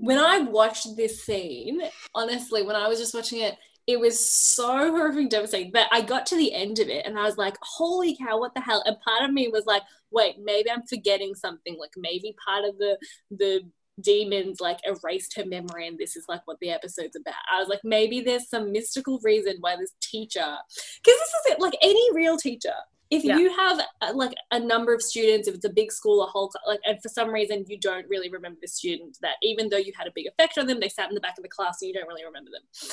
S3: When I watched this scene, honestly, when I was just watching it, it was so horrific, devastating. But I got to the end of it and I was like, holy cow, what the hell? And part of me was like, wait, maybe I'm forgetting something. Like maybe part of the the demons like erased her memory and this is like what the episode's about. I was like, maybe there's some mystical reason why this teacher because this is it like any real teacher if
S1: Yeah.
S3: you have uh, like a number of students if it's a big school a whole cl- like and for some reason you don't really remember the student that even though you had a big effect on them they sat in the back of the class and you don't really remember them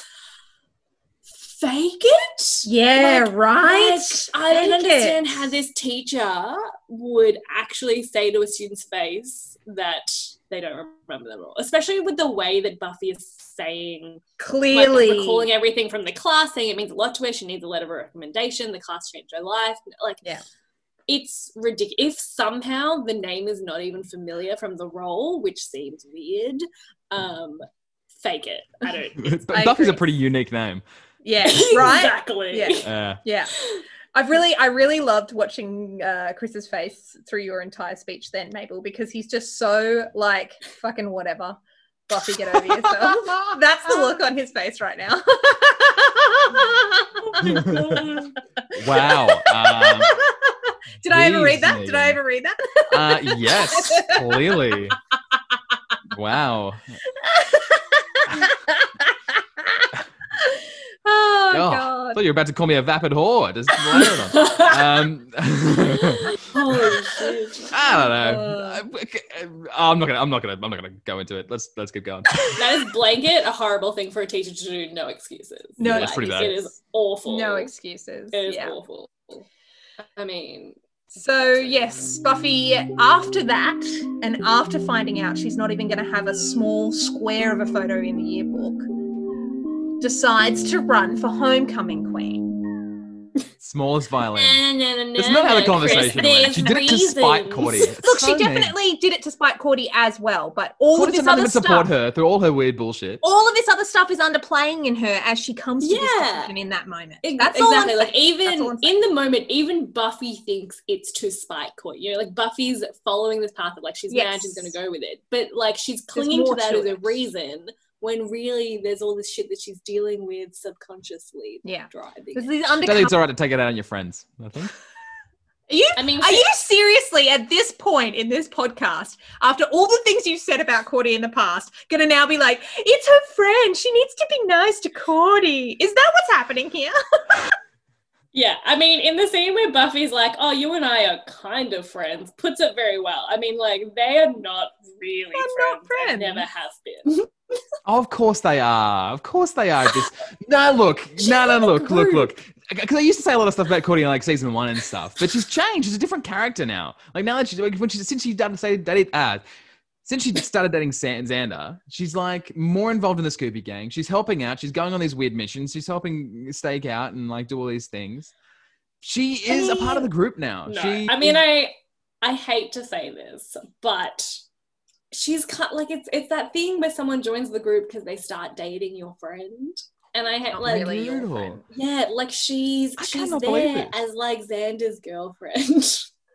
S3: fake it
S1: Yeah,
S3: like, I don't understand how this teacher would actually say to a student's face that they don't remember them all, especially with the way that Buffy is saying like,
S1: clearly
S3: recalling everything from the class, saying it means a lot to her. She needs a letter of recommendation. The class changed her life. Like,
S1: Yeah.
S3: it's ridiculous. If somehow the name is not even familiar from the role, which seems weird, um, fake it. I don't.
S2: But
S1: I
S2: Buffy's
S1: agree.
S2: a pretty unique name.
S1: Yeah, right?
S3: Exactly.
S1: Yeah.
S2: Uh,
S1: Yeah. I've really, I really loved watching uh, Chris's face through your entire speech, then Mabel, because he's just so like fucking whatever. Buffy, get over yourself. That's the look on his face right now.
S2: wow. Um,
S1: Did I ever read that?
S2: Jeez,
S1: Did I ever read that?
S2: uh, yes, clearly. Wow.
S1: oh,
S2: You're about to call me a vapid whore. Just lay it on. Um, I
S3: Holy shit.
S2: don't
S1: Uh.
S2: know. I, am not gonna. I'm not gonna. I'm not gonna go into it. Let's let's keep going.
S3: That is blanket a horrible thing for a teacher to do. No excuses.
S1: No,
S2: Yeah, it's pretty bad.
S3: It is awful.
S1: No excuses.
S3: It is
S1: yeah.
S3: awful. I mean,
S1: So, yes, Buffy, after that, and after finding out she's not even going to have a small square of a photo in the yearbook, decides to run for homecoming queen.
S2: Smallest violin.
S3: it's
S2: It's not how the conversation went. She did it to spite Cordy. It's
S1: Look, she
S2: so mean.
S1: definitely did it to spite Cordy as well, but all
S2: Cordy's
S1: of this
S2: done nothing
S1: other
S2: but support
S1: stuff.
S2: her through all her weird bullshit.
S1: All of this other stuff is underplaying in her as she comes to this
S3: Yeah.
S1: decision in that moment.
S3: Ex-
S1: That's all I'm
S3: exactly. like
S1: saying. That's all
S3: even
S1: I'm saying.
S3: in the moment, even Buffy thinks it's to spite Court. You know, like Buffy's following this path of like she's mad, she's going
S1: Yes.
S3: to go with it, but like she's clinging to
S1: more
S3: that
S1: to
S3: as a
S1: it.
S3: reason when really there's all this shit that she's dealing with subconsciously
S1: Yeah.
S3: driving.
S1: There's
S3: it.
S1: these
S2: I think
S1: undercover.
S2: it's all right to take it out on your friends. I think.
S1: Are you
S3: I mean,
S1: Are
S3: she-
S1: you seriously at this point in this podcast, after all the things you've said about Cordy in the past, gonna now be like, it's her friend. She needs to be nice to Cordy. Is that what's happening here?
S3: Yeah, I mean, in the scene where Buffy's like, "Oh, you and I are kind of friends," puts it very well. I mean, like they are not really
S1: They're not
S3: friends. and
S1: friends.
S3: Never have been.
S2: Oh, of course they are. Of course they are. Just no, look, no, no, look, look, look. Because I used to say a lot of stuff about Cordy in like season one and stuff, but she's changed. She's a different character now. Like now that she's like, when she since she done say dated uh, since she started dating San- Xander, she's like more involved in the Scooby Gang. She's helping out. She's going on these weird missions. She's helping stake out and like do all these things. She
S3: I
S2: is a part of the group now.
S3: No,
S2: She
S3: I mean,
S2: is-
S3: I I hate to say this, but she's cut like it's it's that thing where someone joins the group because they start dating your friend, and I hate
S1: Not
S3: like
S1: really your
S2: Brutal.
S1: friend.
S3: yeah, like she's
S2: I
S3: she's
S2: cannot believe
S3: there
S2: this.
S3: as like Xander's girlfriend,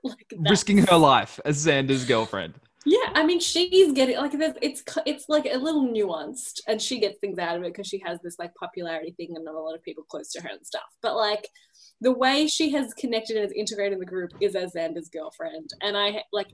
S3: like that's-
S2: risking her life as Xander's girlfriend.
S3: Yeah, I mean, she's getting like there's- it's cu- it's like a little nuanced, and she gets things out of it because she has this like popularity thing, and not a lot of people close to her and stuff. But like the way she has connected and is integrated in the group is as Xander's girlfriend, and I like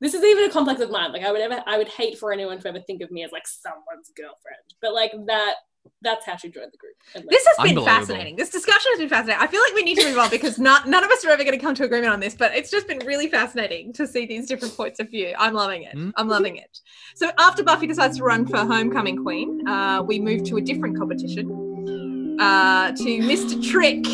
S3: this is even a complex of mine. Like I would ever I would hate for anyone to ever think of me as like someone's girlfriend, but like that that's how she joined the group. And, like,
S1: This has been
S2: Unbelievable.
S1: fascinating. This discussion has been fascinating. I feel like we need to move on because not, none of us are ever going to come to agreement on this, but it's just been really fascinating to see these different points of view. I'm loving it.
S2: Mhm.
S1: I'm loving it. So after Buffy decides to run for Homecoming Queen, uh, we move to a different competition uh, to Mr. Trick.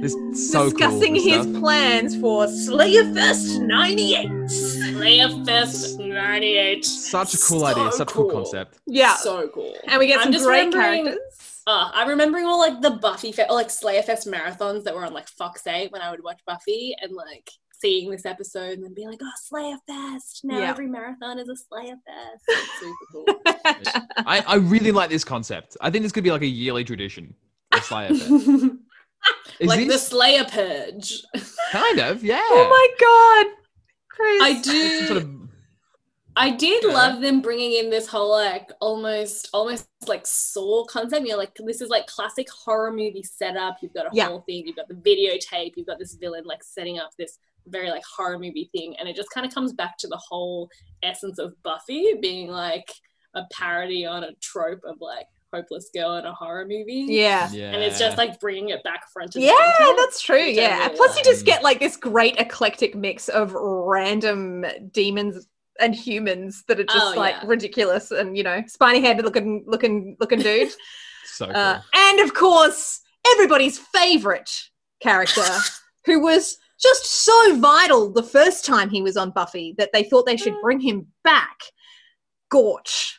S2: This is so
S1: discussing
S2: cool, this
S1: his
S2: stuff.
S1: plans for Slayerfest 98.
S3: Slayerfest '98.
S2: Such a cool idea, such a cool concept.
S1: Yeah.
S3: So cool.
S1: and we get
S3: I'm
S1: some
S3: just
S1: great
S3: remembering-
S1: characters.
S3: Uh, I'm remembering all like the Buffy fa- or, like Slayerfest marathons that were on like Fox 8 when I would watch Buffy and like seeing this episode and then being like, oh, Slayerfest. Now
S1: Yeah.
S3: every marathon is a Slayerfest. It's super cool.
S2: I, I really like this concept. I think this could be like a yearly tradition. of Slayer Fest. Is
S3: like
S2: this
S3: the Slayer Purge.
S2: kind of, yeah.
S1: Oh my god. Chris.
S3: I
S2: It's
S3: do.
S2: some sort of-
S3: I did
S2: Yeah.
S3: love them bringing in this whole like almost almost like Saw concept. You're like this is like classic horror movie setup. You've got a
S1: Yeah.
S3: whole thing. You've got the videotape. You've got this villain like setting up this very like horror movie thing, and it just kind of comes back to the whole essence of Buffy being like a parody on a trope of like hopeless girl in a horror movie.
S1: Yeah.
S2: yeah.
S3: and it's just like bringing it back front. And
S1: Yeah,
S3: center.
S1: that's true.
S3: Which I
S1: Yeah.
S3: really
S1: Plus, you just
S2: like.
S1: get like this great eclectic mix of random demons and humans that are just
S3: Oh,
S1: like
S3: yeah.
S1: ridiculous and you know spiny headed looking looking looking dude.
S2: so cool.
S1: Uh, and of course, everybody's favorite character, who was just so vital the first time he was on Buffy that they thought they should
S3: Mm.
S1: bring him back. Gorch.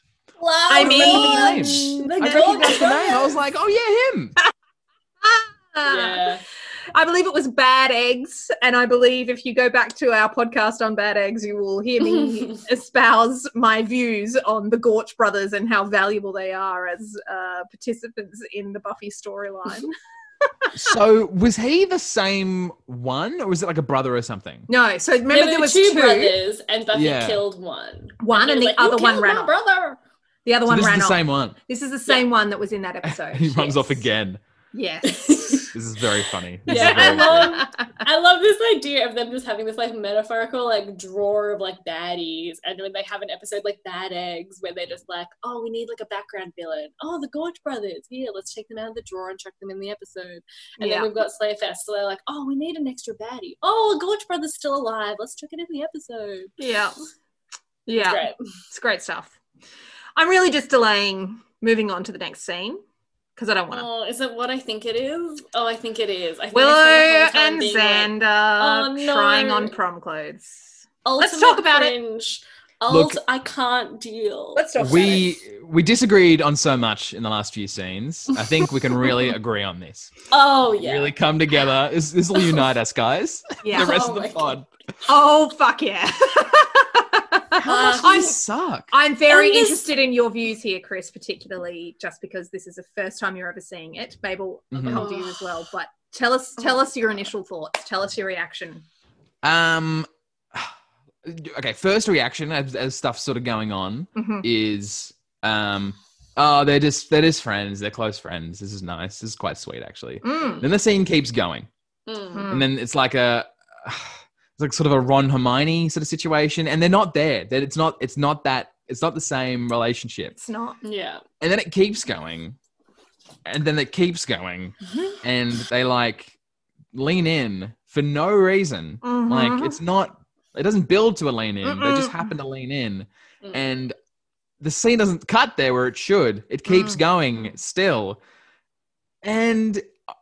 S1: I
S2: I
S1: mean,
S2: remember
S3: the
S2: I
S3: Gorge
S2: recognized the name. I was
S3: Brothers.
S2: like, oh yeah, him.
S1: Ah.
S3: Yeah.
S1: I believe it was Bad Eggs, and I believe if you go back to our podcast on Bad Eggs, you will hear me espouse my views on the Gorch brothers and how valuable they are as uh, participants in the Buffy storyline.
S2: so was he the same one, or was it like a brother or something?
S1: no, so remember there,
S3: were
S1: was
S3: two,
S1: two,
S3: brothers, and Buffy
S2: Yeah.
S3: killed one.
S1: one and the
S3: He was like,
S1: other
S3: "You
S1: one
S3: killed
S1: ran
S3: my
S1: off.
S3: brother.
S1: The other
S2: So
S1: one
S2: this
S1: ran
S2: is the
S1: off. Oh,
S2: same one.
S1: This is the same one that was in that episode.
S2: he runs
S1: Yes.
S2: off again.
S1: Yes.
S2: This is very funny. This is
S3: Yeah,
S2: very
S3: and
S2: funny.
S3: um, I love this idea of them just having this like metaphorical like drawer of like baddies, and when they have an episode like Bad Eggs, where they're just like, oh, we need like a background villain. Oh, the Gorge Brothers. Here, let's take them out of the drawer and chuck them in the episode. And
S1: Yeah.
S3: then we've got Slayer Fest, so they're like, oh, we need an extra baddie. Oh, Gorge Brothers still alive. Let's chuck it in the episode.
S1: Yeah. Yeah.
S3: Great.
S1: It's great stuff. I'm really just delaying moving on to the next scene because I don't want to.
S3: Oh, is it what I think it is? Oh, I think it is. I think
S1: Willow
S3: I spent the whole time
S1: and
S3: being like,
S1: Xander
S3: "Oh, no."
S1: trying on prom clothes. Let's
S3: ultimate
S1: talk about it.
S3: cringe.
S2: Look-
S3: Ult- I can't deal.
S2: we we disagreed on so much in the last few scenes. I think we can really agree on this.
S3: Oh yeah.
S2: Really come together. This this will unite us, guys.
S1: Yeah.
S2: The rest
S3: Oh
S2: of the
S3: my
S2: pod.
S3: God.
S1: oh fuck yeah.
S2: How
S3: Uh, Oh,
S2: much do
S1: I'm-
S2: you suck?
S1: I'm very
S3: And this-
S1: interested in your views here, Chris, particularly just because this is the first time you're ever seeing it. Mabel, I'll
S2: Mhm.
S1: come to you as well. But tell us, tell us your initial thoughts. Tell us your reaction.
S2: Um. Okay. First reaction as, as stuff's sort of going on
S1: Mhm.
S2: is um. Oh, they're just they're just friends. They're close friends. This is nice. This is quite sweet actually.
S1: Mm.
S2: Then the scene keeps going,
S1: Mm-hmm.
S3: Mm.
S2: and then it's like a. It's like sort of a Ron Hermione sort of situation, and they're not there. That it's not. It's not that. It's not the same relationship.
S1: It's not.
S3: Mm. Yeah.
S2: and then it keeps going and then it keeps going
S1: Mm-hmm.
S2: and they like lean in for no reason like
S1: Mhm.
S2: it's not it doesn't build to a lean in they just
S1: Mm-mm.
S2: happen to lean in
S3: Mm.
S2: and the scene doesn't cut there where it should it keeps
S1: Mm.
S2: going still and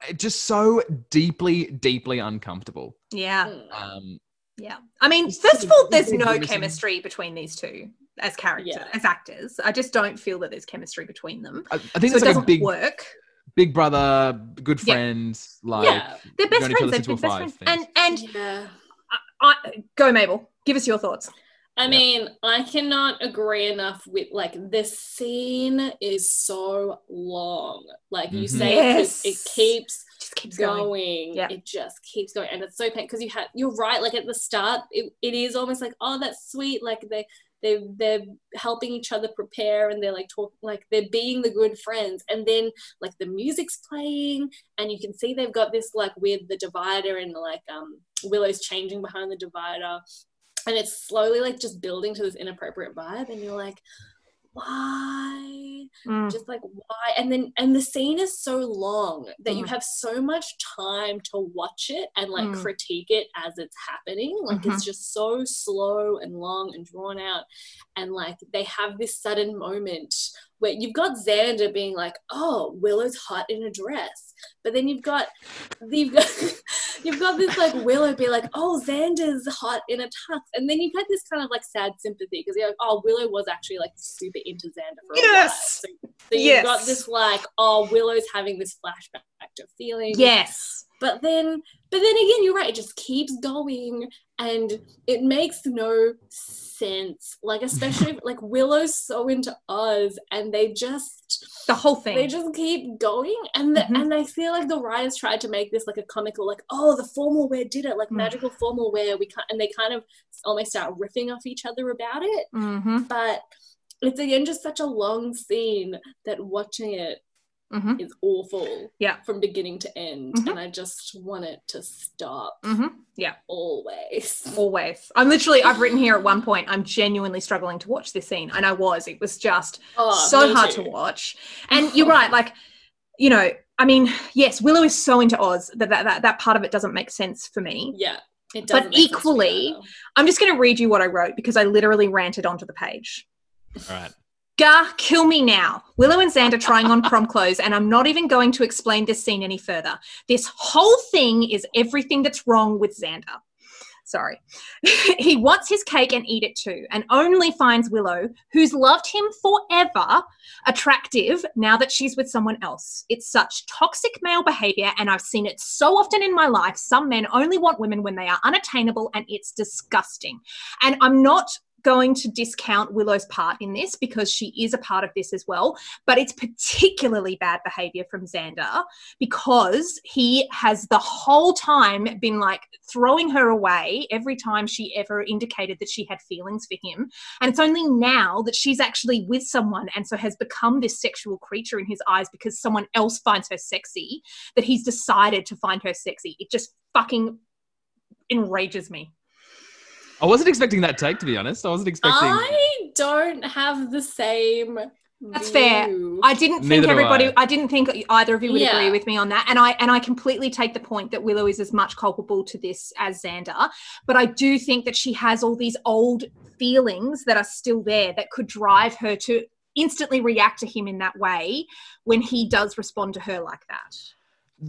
S2: it just so deeply deeply uncomfortable
S1: yeah,
S3: Mm.
S2: um
S1: yeah. I mean,
S2: It's
S1: first of
S2: sort of-
S1: all,
S2: it's
S1: there's
S2: sort of
S1: no
S2: missing-
S1: chemistry between these two as characters,
S3: Yeah.
S1: as actors. I just don't feel that there's chemistry between them.
S2: i, I think
S1: So it
S2: it's like a
S1: doesn't
S2: big
S1: work.
S2: big brother good
S1: Yeah.
S2: friend like
S3: yeah.
S1: They're best
S2: known each other
S1: friends. They've
S2: since
S1: been
S2: we were
S1: best
S2: five,
S1: friends. And and
S3: yeah.
S1: I, go, Mabel. Give us your thoughts.
S3: I
S2: Yeah.
S3: mean, I cannot agree enough with like this scene is so long. Like you
S2: Mhm.
S3: say, it
S1: Yes.
S3: keeps- it keeps
S1: Just keeps
S3: going.
S1: going. Yeah.
S3: It just keeps going, and it's so pain because you had you're right. Like at the start, it, it is almost like oh, that's sweet. Like they they they're helping each other prepare, and they're like talk like they're being the good friends, and then like the music's playing, and you can see they've got this like with the divider and like um Willow's changing behind the divider, and it's slowly like just building to this inappropriate vibe, and you're like, why?
S1: Mm.
S3: just like why and then and the scene is so long that you
S1: Mhm.
S3: have so much time to watch it and like
S1: Mm. Mm-hmm.
S3: critique it as it's happening like it's just so slow and long and drawn out and like they have this sudden moment where you've got Xander being like oh Willow's hot in a dress but then you've got you've got you've got this like Willow be like oh Xander's hot in a tux and then you've got this kind of like sad sympathy because you're like oh Willow was actually like super into Xander for a while.
S1: Yes.
S3: So so you've
S1: Yes.
S3: got this like, oh, Willow's having this flashback to feeling.
S1: Yes.
S3: But then, but then again, you're right. It just keeps going, and it makes no sense. Like especially if, like Willow's so into Oz, and they just
S1: The whole thing.
S3: they just keep going, and the,
S1: Mhm.
S3: and I feel like the writers tried to make this like a comical, like oh, the formal wear did it, like
S1: Mm.
S3: magical formal wear. We can and they kind of almost start riffing off each other about it
S1: hmm
S3: but it's again just such a long scene that watching it
S1: hmm
S3: is awful
S1: Yeah.
S3: from beginning to end
S1: Mhm.
S3: and i just want it to stop
S1: hmm
S3: always
S1: Always. I'm literally. I've written here at one point. I'm genuinely struggling to watch this scene, and I was. It was just
S3: Oh,
S1: so
S3: me
S1: hard
S3: too.
S1: to watch. And you're right, like, you know, I mean, yes, Willow is so into Oz that that, that, that part of it doesn't make sense for me.
S3: yeah
S1: But
S3: it doesn't make sense to me
S1: equally-
S3: either.
S1: I'm just going to read you what I wrote because I literally ranted onto the page.
S2: all right
S1: Gah, kill me now. Willow and Xander trying on prom clothes, and I'm not even going to explain this scene any further. This whole thing is everything that's wrong with Xander. Sorry. he wants his cake and eat it too, and only finds Willow, who's loved him forever, attractive now that she's with someone else. It's such toxic male behavior, and I've seen it so often in my life. Some men only want women when they are unattainable, and it's disgusting. And I'm not going to discount Willow's part in this because she is a part of this as well. But it's particularly bad behavior from Xander because he has the whole time been like throwing her away every time she ever indicated that she had feelings for him. And it's only now that she's actually with someone and so has become this sexual creature in his eyes because someone else finds her sexy that he's decided to find her sexy. It just fucking enrages me.
S2: I wasn't expecting that take, to be honest. I wasn't expecting.
S3: I don't have the same.
S1: That's fair.
S3: view.
S1: I didn't think
S2: Neither do
S1: everybody.
S2: I.
S1: I. didn't think either of you would
S3: Yeah.
S1: agree with me on that, and I and I completely take the point that Willow is as much culpable to this as Xander, but I do think that she has all these old feelings that are still there that could drive her to instantly react to him in that way when he does respond to her like that.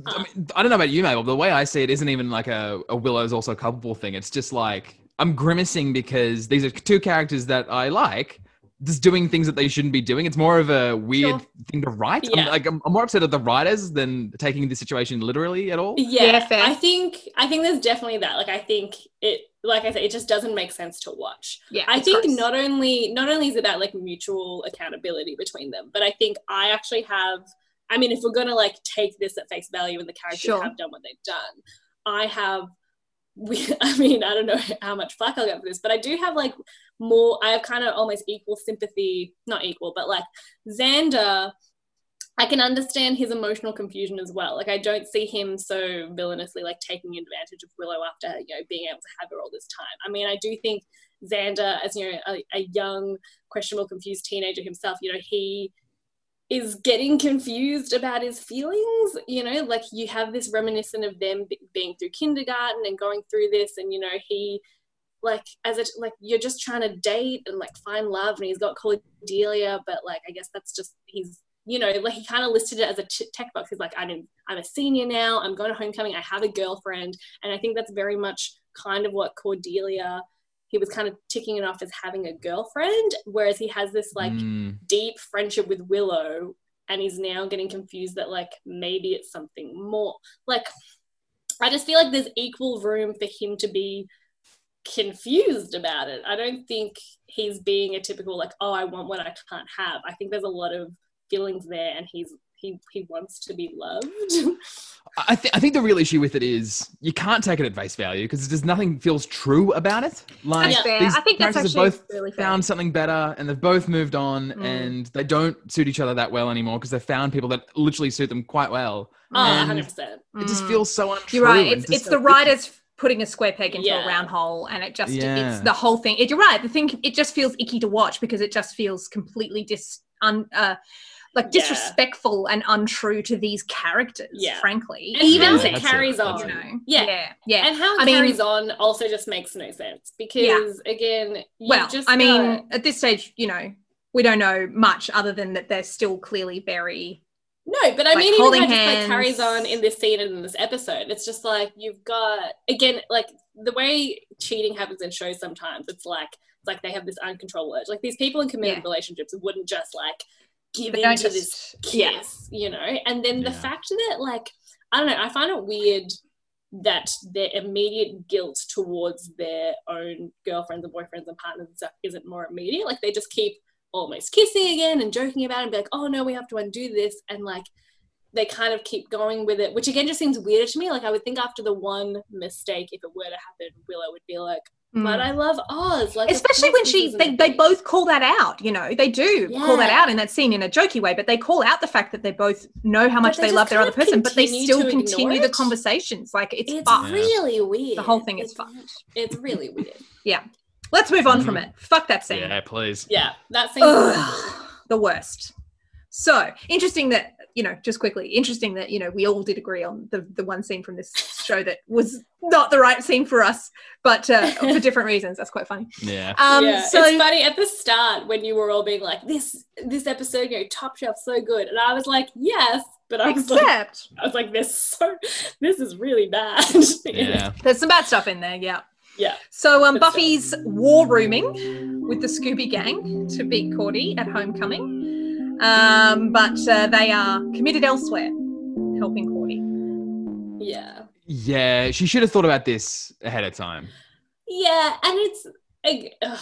S2: I, mean, I don't know about you, Mabel, but the way I see it isn't even like a, a Willow's also culpable thing. It's just like I'm grimacing because these are two characters that I like just doing things that they shouldn't be doing. It's more of a weird
S1: Sure.
S2: thing to write. I'm,
S3: Yeah.
S2: like I'm, I'm more upset at the writers than taking the situation literally at all.
S3: Yeah,
S1: Yeah, fair.
S3: I think I think there's definitely that. Like I think it, like I said, it just doesn't make sense to watch.
S1: Yeah,
S3: I
S1: it's
S3: think
S1: gross.
S3: not only not only is it that like mutual accountability between them, but I think I actually have. I mean, if we're gonna like take this at face value and the characters
S1: Sure.
S3: have done what they've done, I have. We, I mean, I don't know how much flack I'll get for this, but I do have like more. I have kind of almost equal sympathy, not equal, but like Xander. I can understand his emotional confusion as well. Like I don't see him so villainously like taking advantage of Willow after you know being able to have her all this time. I mean, I do think Xander, as you know, a, a young, questionable, confused teenager himself, you know, he is getting confused about his feelings. You know, like you have this reminiscent of them b- being through kindergarten and going through this, and you know, he like as it like you're just trying to date and like find love, and he's got Cordelia, but like I guess that's just he's you know, like he kind of listed it as a ch- check box. He's like, I'm, I'm a senior now. I'm going to homecoming. I have a girlfriend. And I think that's very much kind of what Cordelia, he was kind of ticking it off as having a girlfriend. Whereas he has this like
S2: Mm.
S3: deep friendship with Willow and he's now getting confused that like maybe it's something more. Like, I just feel like there's equal room for him to be confused about it. I don't think he's being a typical like, oh, I want what I can't have. I think there's a lot of feelings there and he's he he wants to be loved.
S2: I, th- I think the real issue with it is you can't take it at face value because there's nothing feels true about it. Like
S1: That's
S3: Yeah.
S1: fair.
S2: these
S1: I think that's
S2: characters
S1: actually
S2: have both
S1: really fair.
S2: found something better and they've both moved on
S1: Mm.
S2: and they don't suit each other that well anymore because they've found people that literally suit them quite well.
S3: oh,
S2: And
S3: 100%.
S2: It just
S1: Mm.
S2: feels so untrue.
S1: You're right.
S2: and
S1: It's,
S2: just
S1: it's
S2: so
S1: the
S2: icky.
S1: writers putting a square peg into
S3: Yeah.
S1: a round hole, and it just
S2: Yeah.
S1: it's the whole thing. It, you're right. The thing it just feels icky to watch because it just feels completely dis un, uh, like
S3: Yeah.
S1: disrespectful and untrue to these characters.
S3: Yeah.
S1: frankly,
S3: And even
S2: Yeah,
S3: as it
S2: that's it,
S3: carries
S2: that's
S3: on.
S1: you know,
S3: Yeah.
S1: yeah, yeah.
S3: And how it
S1: I mean-
S3: carries on also just makes no sense because again, you
S1: well,
S3: just
S1: I mean,
S3: got-
S1: at this stage, you know, we don't know much other than that they're still clearly very
S3: No, but I
S1: Like,
S3: mean, even
S1: holding
S3: how it just like
S1: hands.
S3: carries on in this scene and in this episode, it's just like you've got again, like the way cheating happens in shows sometimes. It's like it's like they have this uncontrollable urge. Like these people in committed
S1: Yeah.
S3: relationships wouldn't just like give
S1: they
S3: in
S1: don't
S3: to this
S1: just yeah.
S3: kiss, you know? And then the
S2: Yeah.
S3: fact that, like, I don't know, I find it weird that their immediate guilt towards their own girlfriends and boyfriends and partners and stuff isn't more immediate. Like, they just keep almost kissing again and joking about it and be like, oh no, we have to undo this. And, like, they kind of keep going with it, which again just seems weird to me. Like, I would think after the one mistake, if it were to happen, Willow would be like,
S1: Mm.
S3: but I love Oz. Like, of
S1: especially
S3: course
S1: when
S3: this
S1: she
S3: isn't
S1: they,
S3: a
S1: they
S3: thing.
S1: both call that out you know they do call that
S3: Yeah.
S1: out in that scene in a jokey way but they call out the fact that they both know how
S3: But
S1: much
S3: they
S1: they,
S3: just
S1: love their
S3: kind
S1: other
S3: of
S1: person but they
S3: continue
S1: still
S3: to ignore
S1: continue the
S3: it.
S1: conversations like it's,
S3: It's
S1: fucked
S3: really weird.
S1: the whole thing is
S3: It's-
S1: fucked
S3: It's really weird.
S1: let's move on from
S2: Mhm.
S1: it fuck that scene
S2: Yeah, please.
S3: Yeah, that seems.
S1: Ugh, the worst so interesting that you know just quickly interesting that you know we all did agree on the the one scene from this show that was not the right scene for us but uh, for different reasons that's quite funny
S2: Yeah.
S1: um
S3: yeah,
S1: so
S3: it's funny at the start when you were all being like, "This this episode, you know, Top Shelf, so good," and I was like, "Yes," but I was like,
S1: except
S3: "I was like, this so, this is really bad."
S2: Yeah.
S1: There's some bad stuff in there, yeah.
S3: Yeah.
S1: So um,
S3: Good stuff.
S1: Buffy's war rooming with the Scooby Gang to beat Cordy at homecoming, um, but uh, they are committed elsewhere, helping Cordy.
S3: yeah.
S2: Yeah. She should have thought about this ahead of time.
S3: Yeah, and it's like, ugh,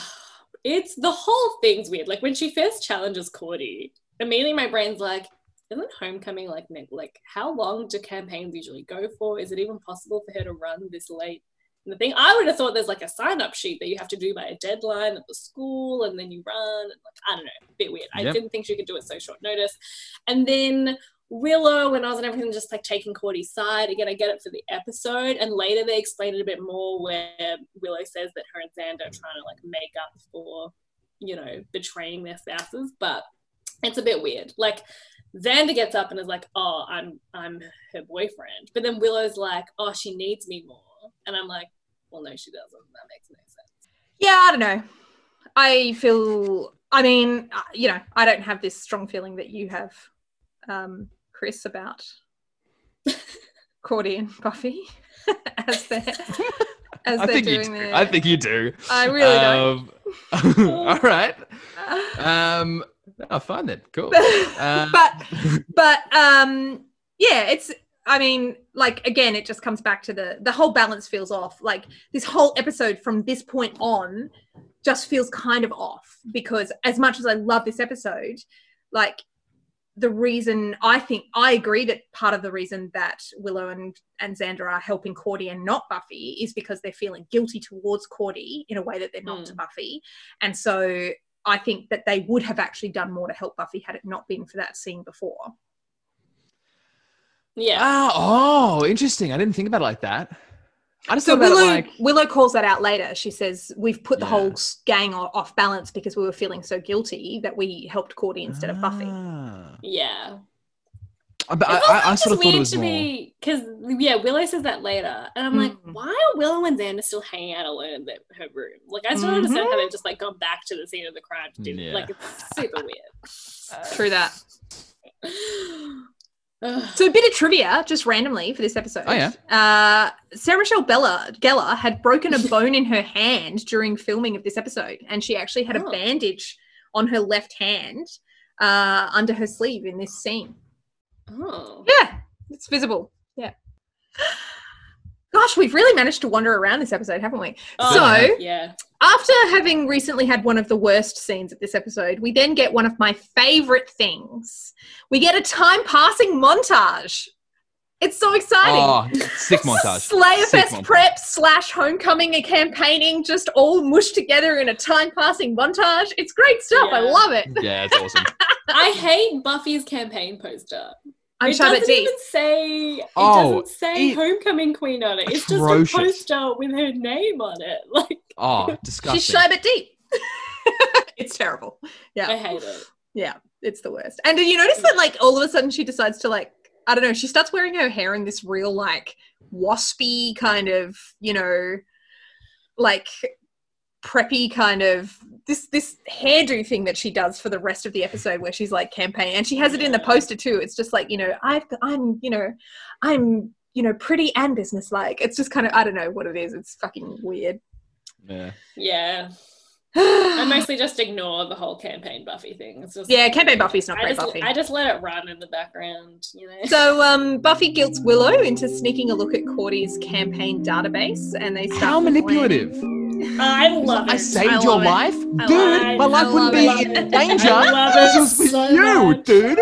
S3: it's the whole thing's weird. Like when she first challenges Cordy, immediately my brain's like, isn't homecoming like ne- like how long do campaigns usually go for? Is it even possible for her to run this late? And the thing I would have thought there's like a sign up sheet that you have to do by a deadline at the school, and then you run. And like I don't know, a bit weird. I
S2: Yep.
S3: didn't think she could do it so short notice. And then Willow and Oz and everything just like taking Cordy's side. Again, I get it for the episode. And later they explain it a bit more where Willow says that her and Xander are trying to like make up for, you know, betraying their spouses. But it's a bit weird. Like Xander gets up and is like, Oh, I'm I'm her boyfriend. But then Willow's like, Oh, she needs me more. And I'm like, Well, no, she doesn't. That makes no sense.
S1: Yeah, I don't know. I feel. I mean, uh, you know, I don't have this strong feeling that you have, um, Chris, about Cordy and Buffy as they're as they're
S2: I think you
S1: doing
S2: do.
S1: their.
S2: I think you do.
S1: I really
S2: Um, all right.
S1: don't.
S2: Um, oh, fine then. Cool. Um,
S1: but but um yeah it's i mean like again it just comes back to the the whole balance feels off like this whole episode from this point on just feels kind of off because as much as i love this episode like the reason i think i agree that part of the reason that willow and and xander are helping cordy and not buffy is because they're feeling guilty towards cordy in a way that they're not
S3: Mm.
S1: to buffy and so I think that they would have actually done more to help Buffy had it not been for that scene before.
S3: Yeah.
S2: Ah, oh, interesting. I didn't think about it like that. I just
S1: So
S2: thought about
S1: Willow,
S2: it like
S1: Willow calls that out later. She says, "We've put the
S2: Yeah.
S1: whole s- gang o- off balance because we were feeling so guilty that we helped Cordy instead of Buffy."
S2: Ah.
S3: yeah.
S2: I- But I,
S3: It's also
S2: I, I
S3: just
S2: sort of thought
S3: weird
S2: it was
S3: to
S2: more.
S3: be because yeah, Willow says that later, and I'm like,
S1: Mm.
S3: why are Willow and Xander still hanging out alone in the, her room? Like, I still
S2: Mm-hmm.
S3: don't understand how they've just like gone back to the scene of the crime to do
S2: Yeah.
S3: like it's super weird.
S1: True that.
S3: Ugh.
S1: So a bit of trivia, just randomly for this episode.
S2: Oh, yeah.
S1: Uh, Sarah Michelle Bella Geller had broken a bone in her hand during filming of this episode, and she actually had a
S3: Oh.
S1: bandage on her left hand uh, under her sleeve in this scene.
S3: oh.
S1: Yeah, it's visible. Yeah. Gosh, we've really managed to wander around this episode, haven't we?
S3: Oh,
S1: So-
S3: yeah,
S1: After having recently had one of the worst scenes of this episode, we then get one of my favorite things. We get a time passing montage. It's so exciting.
S2: Oh, sick montage. Sick
S1: Slayerfest
S2: montage.
S1: prep slash homecoming and campaigning just all mushed together in a time passing montage. It's great stuff. I
S3: Yeah.
S1: love it.
S2: Yeah, it's awesome.
S3: I hate Buffy's campaign poster.
S1: I'm
S3: it
S1: Charlotte
S3: doesn't
S1: D.
S3: even say. It
S2: Oh,
S3: doesn't say
S2: it-
S3: homecoming queen on it. It's
S2: Atrocious.
S3: just a poster with her name on it. Like,
S2: Oh,
S1: She's
S2: disgusting.
S1: Shiba D. it's terrible.
S3: I
S1: Yeah.
S3: hate it.
S1: it's the worst. And did you notice that like all of a sudden she decides to like I don't know, she starts wearing her hair in this real like waspy kind of, you know, like preppy kind of this this hairdo thing that she does for the rest of the episode where she's like campaign and she has it in the
S3: Yeah.
S1: poster too. It's just like, you know, I've I'm, you know, I'm you know, pretty and businesslike. It's just kind of I don't know what it is. It's fucking weird.
S2: Yeah.
S3: Yeah. I mostly just ignore the whole campaign Buffy thing. It's just
S1: yeah, campaign Buffy's not
S3: I
S1: great
S3: just,
S1: Buffy.
S3: I just let it run in the background, you know.
S1: So um, Buffy guilts Willow into sneaking a look at Cordy's campaign database, and they start
S2: How
S1: with
S2: manipulative.
S3: I love it.
S2: I saved
S1: I
S2: your
S1: love it.
S2: life,
S1: I
S2: dude.
S1: love
S3: it.
S2: my life
S1: I
S2: wouldn't be
S1: love
S2: in
S3: it.
S2: danger.
S3: I love
S2: if
S3: it
S2: was with
S3: so
S2: you,
S3: much.
S2: dude.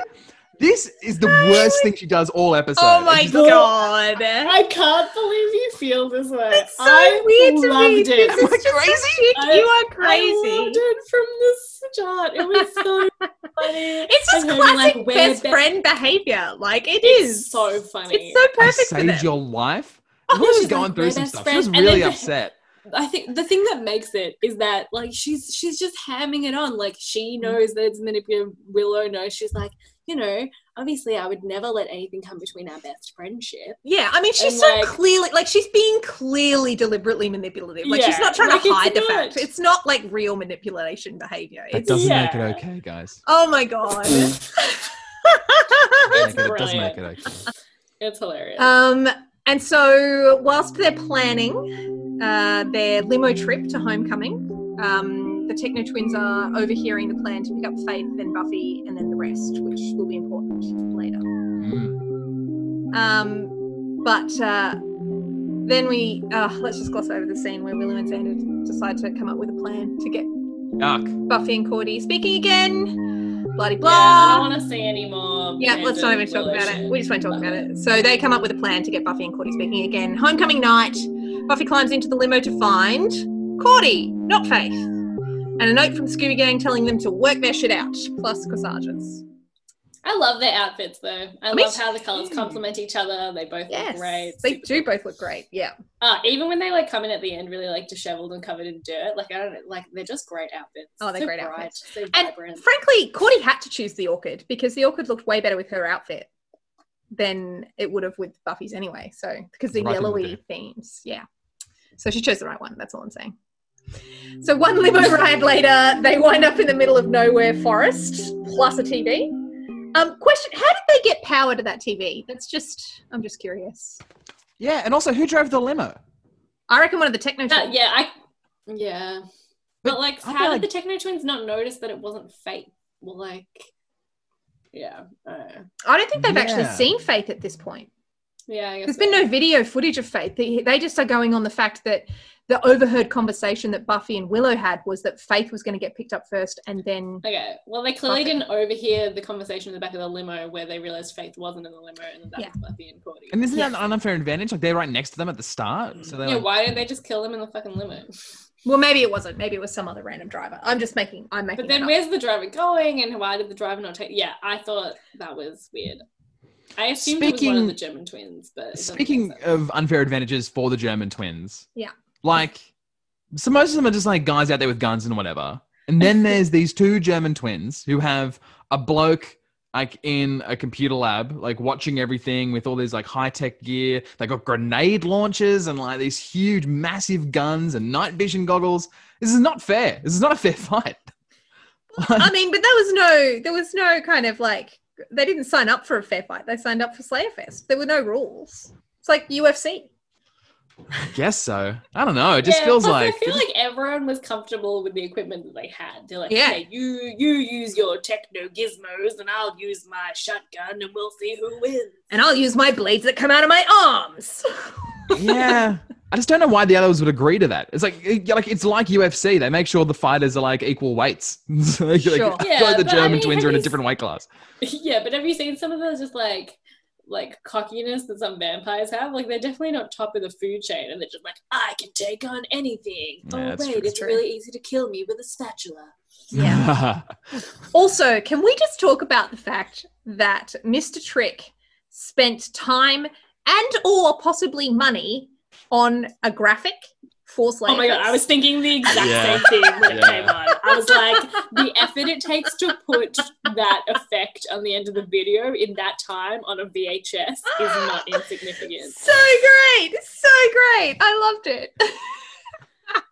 S2: This is the worst thing she does all episode.
S1: Blaine. Oh my
S2: It's just-
S1: god!
S3: I can't believe you feel this way.
S1: That's so
S3: I
S1: weird to me.
S3: loved it.
S1: This
S2: Am
S1: is
S2: I
S1: just
S2: crazy?
S1: shit.
S3: I-
S1: you are
S3: I
S1: crazy.
S3: loved it from the start. It was so funny.
S1: It's just
S3: And then,
S1: classic
S3: like, we're
S1: best
S3: be-
S1: friend behavior. Like it
S3: It's
S1: is
S3: so funny.
S1: It's so
S2: I
S1: perfect for
S2: saved
S1: them.
S2: your life.
S3: Oh,
S2: Well, she's
S3: she's
S2: going
S3: like
S2: through
S3: my
S2: some
S3: best
S2: stuff. She
S3: friend.
S2: was
S3: And then
S2: really
S3: the-
S2: upset.
S3: I think the thing that makes it is that like she's she's just hamming it on. Like she knows that it's manipulative. Willow knows. She's like, you know, obviously I would never let anything come between our best friendship.
S1: yeah, I mean, she's
S3: And,
S1: so
S3: like-
S1: clearly like she's being clearly deliberately manipulative. Like she's
S3: Yeah,
S1: not trying
S3: like,
S1: to
S3: it's
S1: hide the
S3: not.
S1: fact. It's not like real manipulation behavior.
S2: It
S1: It's
S2: doesn't make
S3: Yeah.
S2: it okay, guys.
S1: oh my god.
S2: Doesn't make it- it doesn't
S3: brilliant.
S2: make it okay.
S3: It's hilarious.
S1: Um, and so, whilst they're planning uh, their limo trip to homecoming, um, the Techno Twins are overhearing the plan to pick up Faith, then Buffy, and then the rest, which will be important later.
S2: Mm.
S1: Um, but uh, then we uh, let's just gloss over the scene where Willow and Xander decide to come up with a plan to get
S2: Yuck.
S1: Buffy and Cordy speaking again. Bloody
S3: Yeah, I
S1: blah.
S3: don't want to see any more.
S1: Yeah, let's not even talk about it. We just won't talk about it. So they come up with a plan to get Buffy and Cordy speaking again. Homecoming night, Buffy climbs into the limo to find Cordy, not Faith, and a note from Scooby Gang telling them to work their shit out, plus corsages.
S3: I love their outfits though. I
S1: Me
S3: love how the colors
S1: too.
S3: complement each other. They both look great.
S1: They do both look great. Yeah.
S3: Uh, even when they like come in at the end, really like disheveled and covered in dirt. Like I don't know, like they're just great outfits.
S1: Oh, they're
S3: so
S1: great
S3: bright,
S1: outfits.
S3: So
S1: And
S3: vibrant.
S1: Frankly, Cordy had to choose the orchid because the orchid looked way better with her outfit than it would have with Buffy's anyway. So because the
S2: Right thing to
S1: yellowy
S2: do.
S1: themes, yeah. So she chose the right one. That's all I'm saying. So one limo ride later, they wind up in the middle of nowhere forest plus a TV. Um, question: How did they get power to that TV? That's just I'm just curious.
S2: Yeah, and also who drove the limo?
S1: I reckon one of the techno.
S3: That- yeah, I yeah. But,
S2: But I
S3: like, how
S2: feel
S3: did
S2: like-
S3: the Techno Twins not notice that it wasn't fake? Well, like, yeah, uh,
S1: I don't think they've actually
S2: Yeah.
S1: seen Faith at this point.
S3: yeah. I guess
S1: There's been no video footage of Faith. They, they just are going on the fact that the overheard conversation that Buffy and Willow had was that Faith was going to get picked up first, and then
S3: Okay. Well, they clearly
S1: Buffy.
S3: didn't overhear the conversation in the back of the limo where they realized Faith wasn't in the limo and that, that
S1: Yeah.
S3: was Buffy and Cordy.
S2: And isn't that an unfair advantage? Like they're right next to them at the start, so they're
S3: yeah,
S2: like,
S3: why didn't they just kill them in the fucking limo?
S1: well, maybe it wasn't. Maybe it was some other random driver. I'm just making. I'm making.
S3: But
S1: it
S3: then
S1: up.
S3: where's the driver going and why did the driver not take? Yeah, I thought that was weird. I assumed it was one
S2: Speaking-
S3: of the German twins, but it doesn't make
S2: Speaking
S3: sense.
S2: of unfair advantages for the German twins,
S1: Yeah.
S2: like so most of them are just like guys out there with guns and whatever, and then there's these two German twins who have a bloke like in a computer lab, like watching everything with all these like high tech gear. They got grenade launchers and like these huge, massive guns and night vision goggles. This is not fair. This is not a fair fight.
S1: I mean, but there was no. There was no kind of like. They didn't sign up for a fair fight. They signed up for Slayer Fest. There were no rules. It's like UFC.
S2: I guess so. I don't know. It just feels
S3: plus
S2: like
S3: I feel like everyone was comfortable with the equipment that they had. They're like,
S1: Yeah.
S3: yeah, you you use your techno gizmos, and I'll use my shotgun, and we'll see who wins.
S1: And I'll use my blades that come out of my arms.
S2: yeah. I just don't know why the others would agree to that. It's like, it- like it's like UFC. They make sure the fighters are like equal weights. so like,
S1: Sure.
S2: I feel
S3: Yeah,
S2: like the
S3: but I
S2: German
S3: mean,
S2: twins
S3: have
S2: are in a
S3: you
S2: different weight class.
S3: yeah, but have you seen some of those just like like cockiness that some vampires have? Like they're definitely not top of the food chain, and they're just like, I can take on anything.
S2: Yeah,
S3: oh
S2: that's
S3: wait,
S2: true.
S3: it's
S1: True.
S3: really easy to kill me with a spatula.
S1: Yeah. Also, can we just talk about the fact that Mr. Trick spent time and or possibly money on a graphic for Slayer?
S3: Oh my god,
S1: Fest?
S3: I was thinking the exact
S2: Yeah.
S3: same thing when it
S2: Yeah.
S3: came on. I was like, the effort it takes to put that effect on the end of the video in that time on a VHS is not insignificant.
S1: so great, so great. I loved it.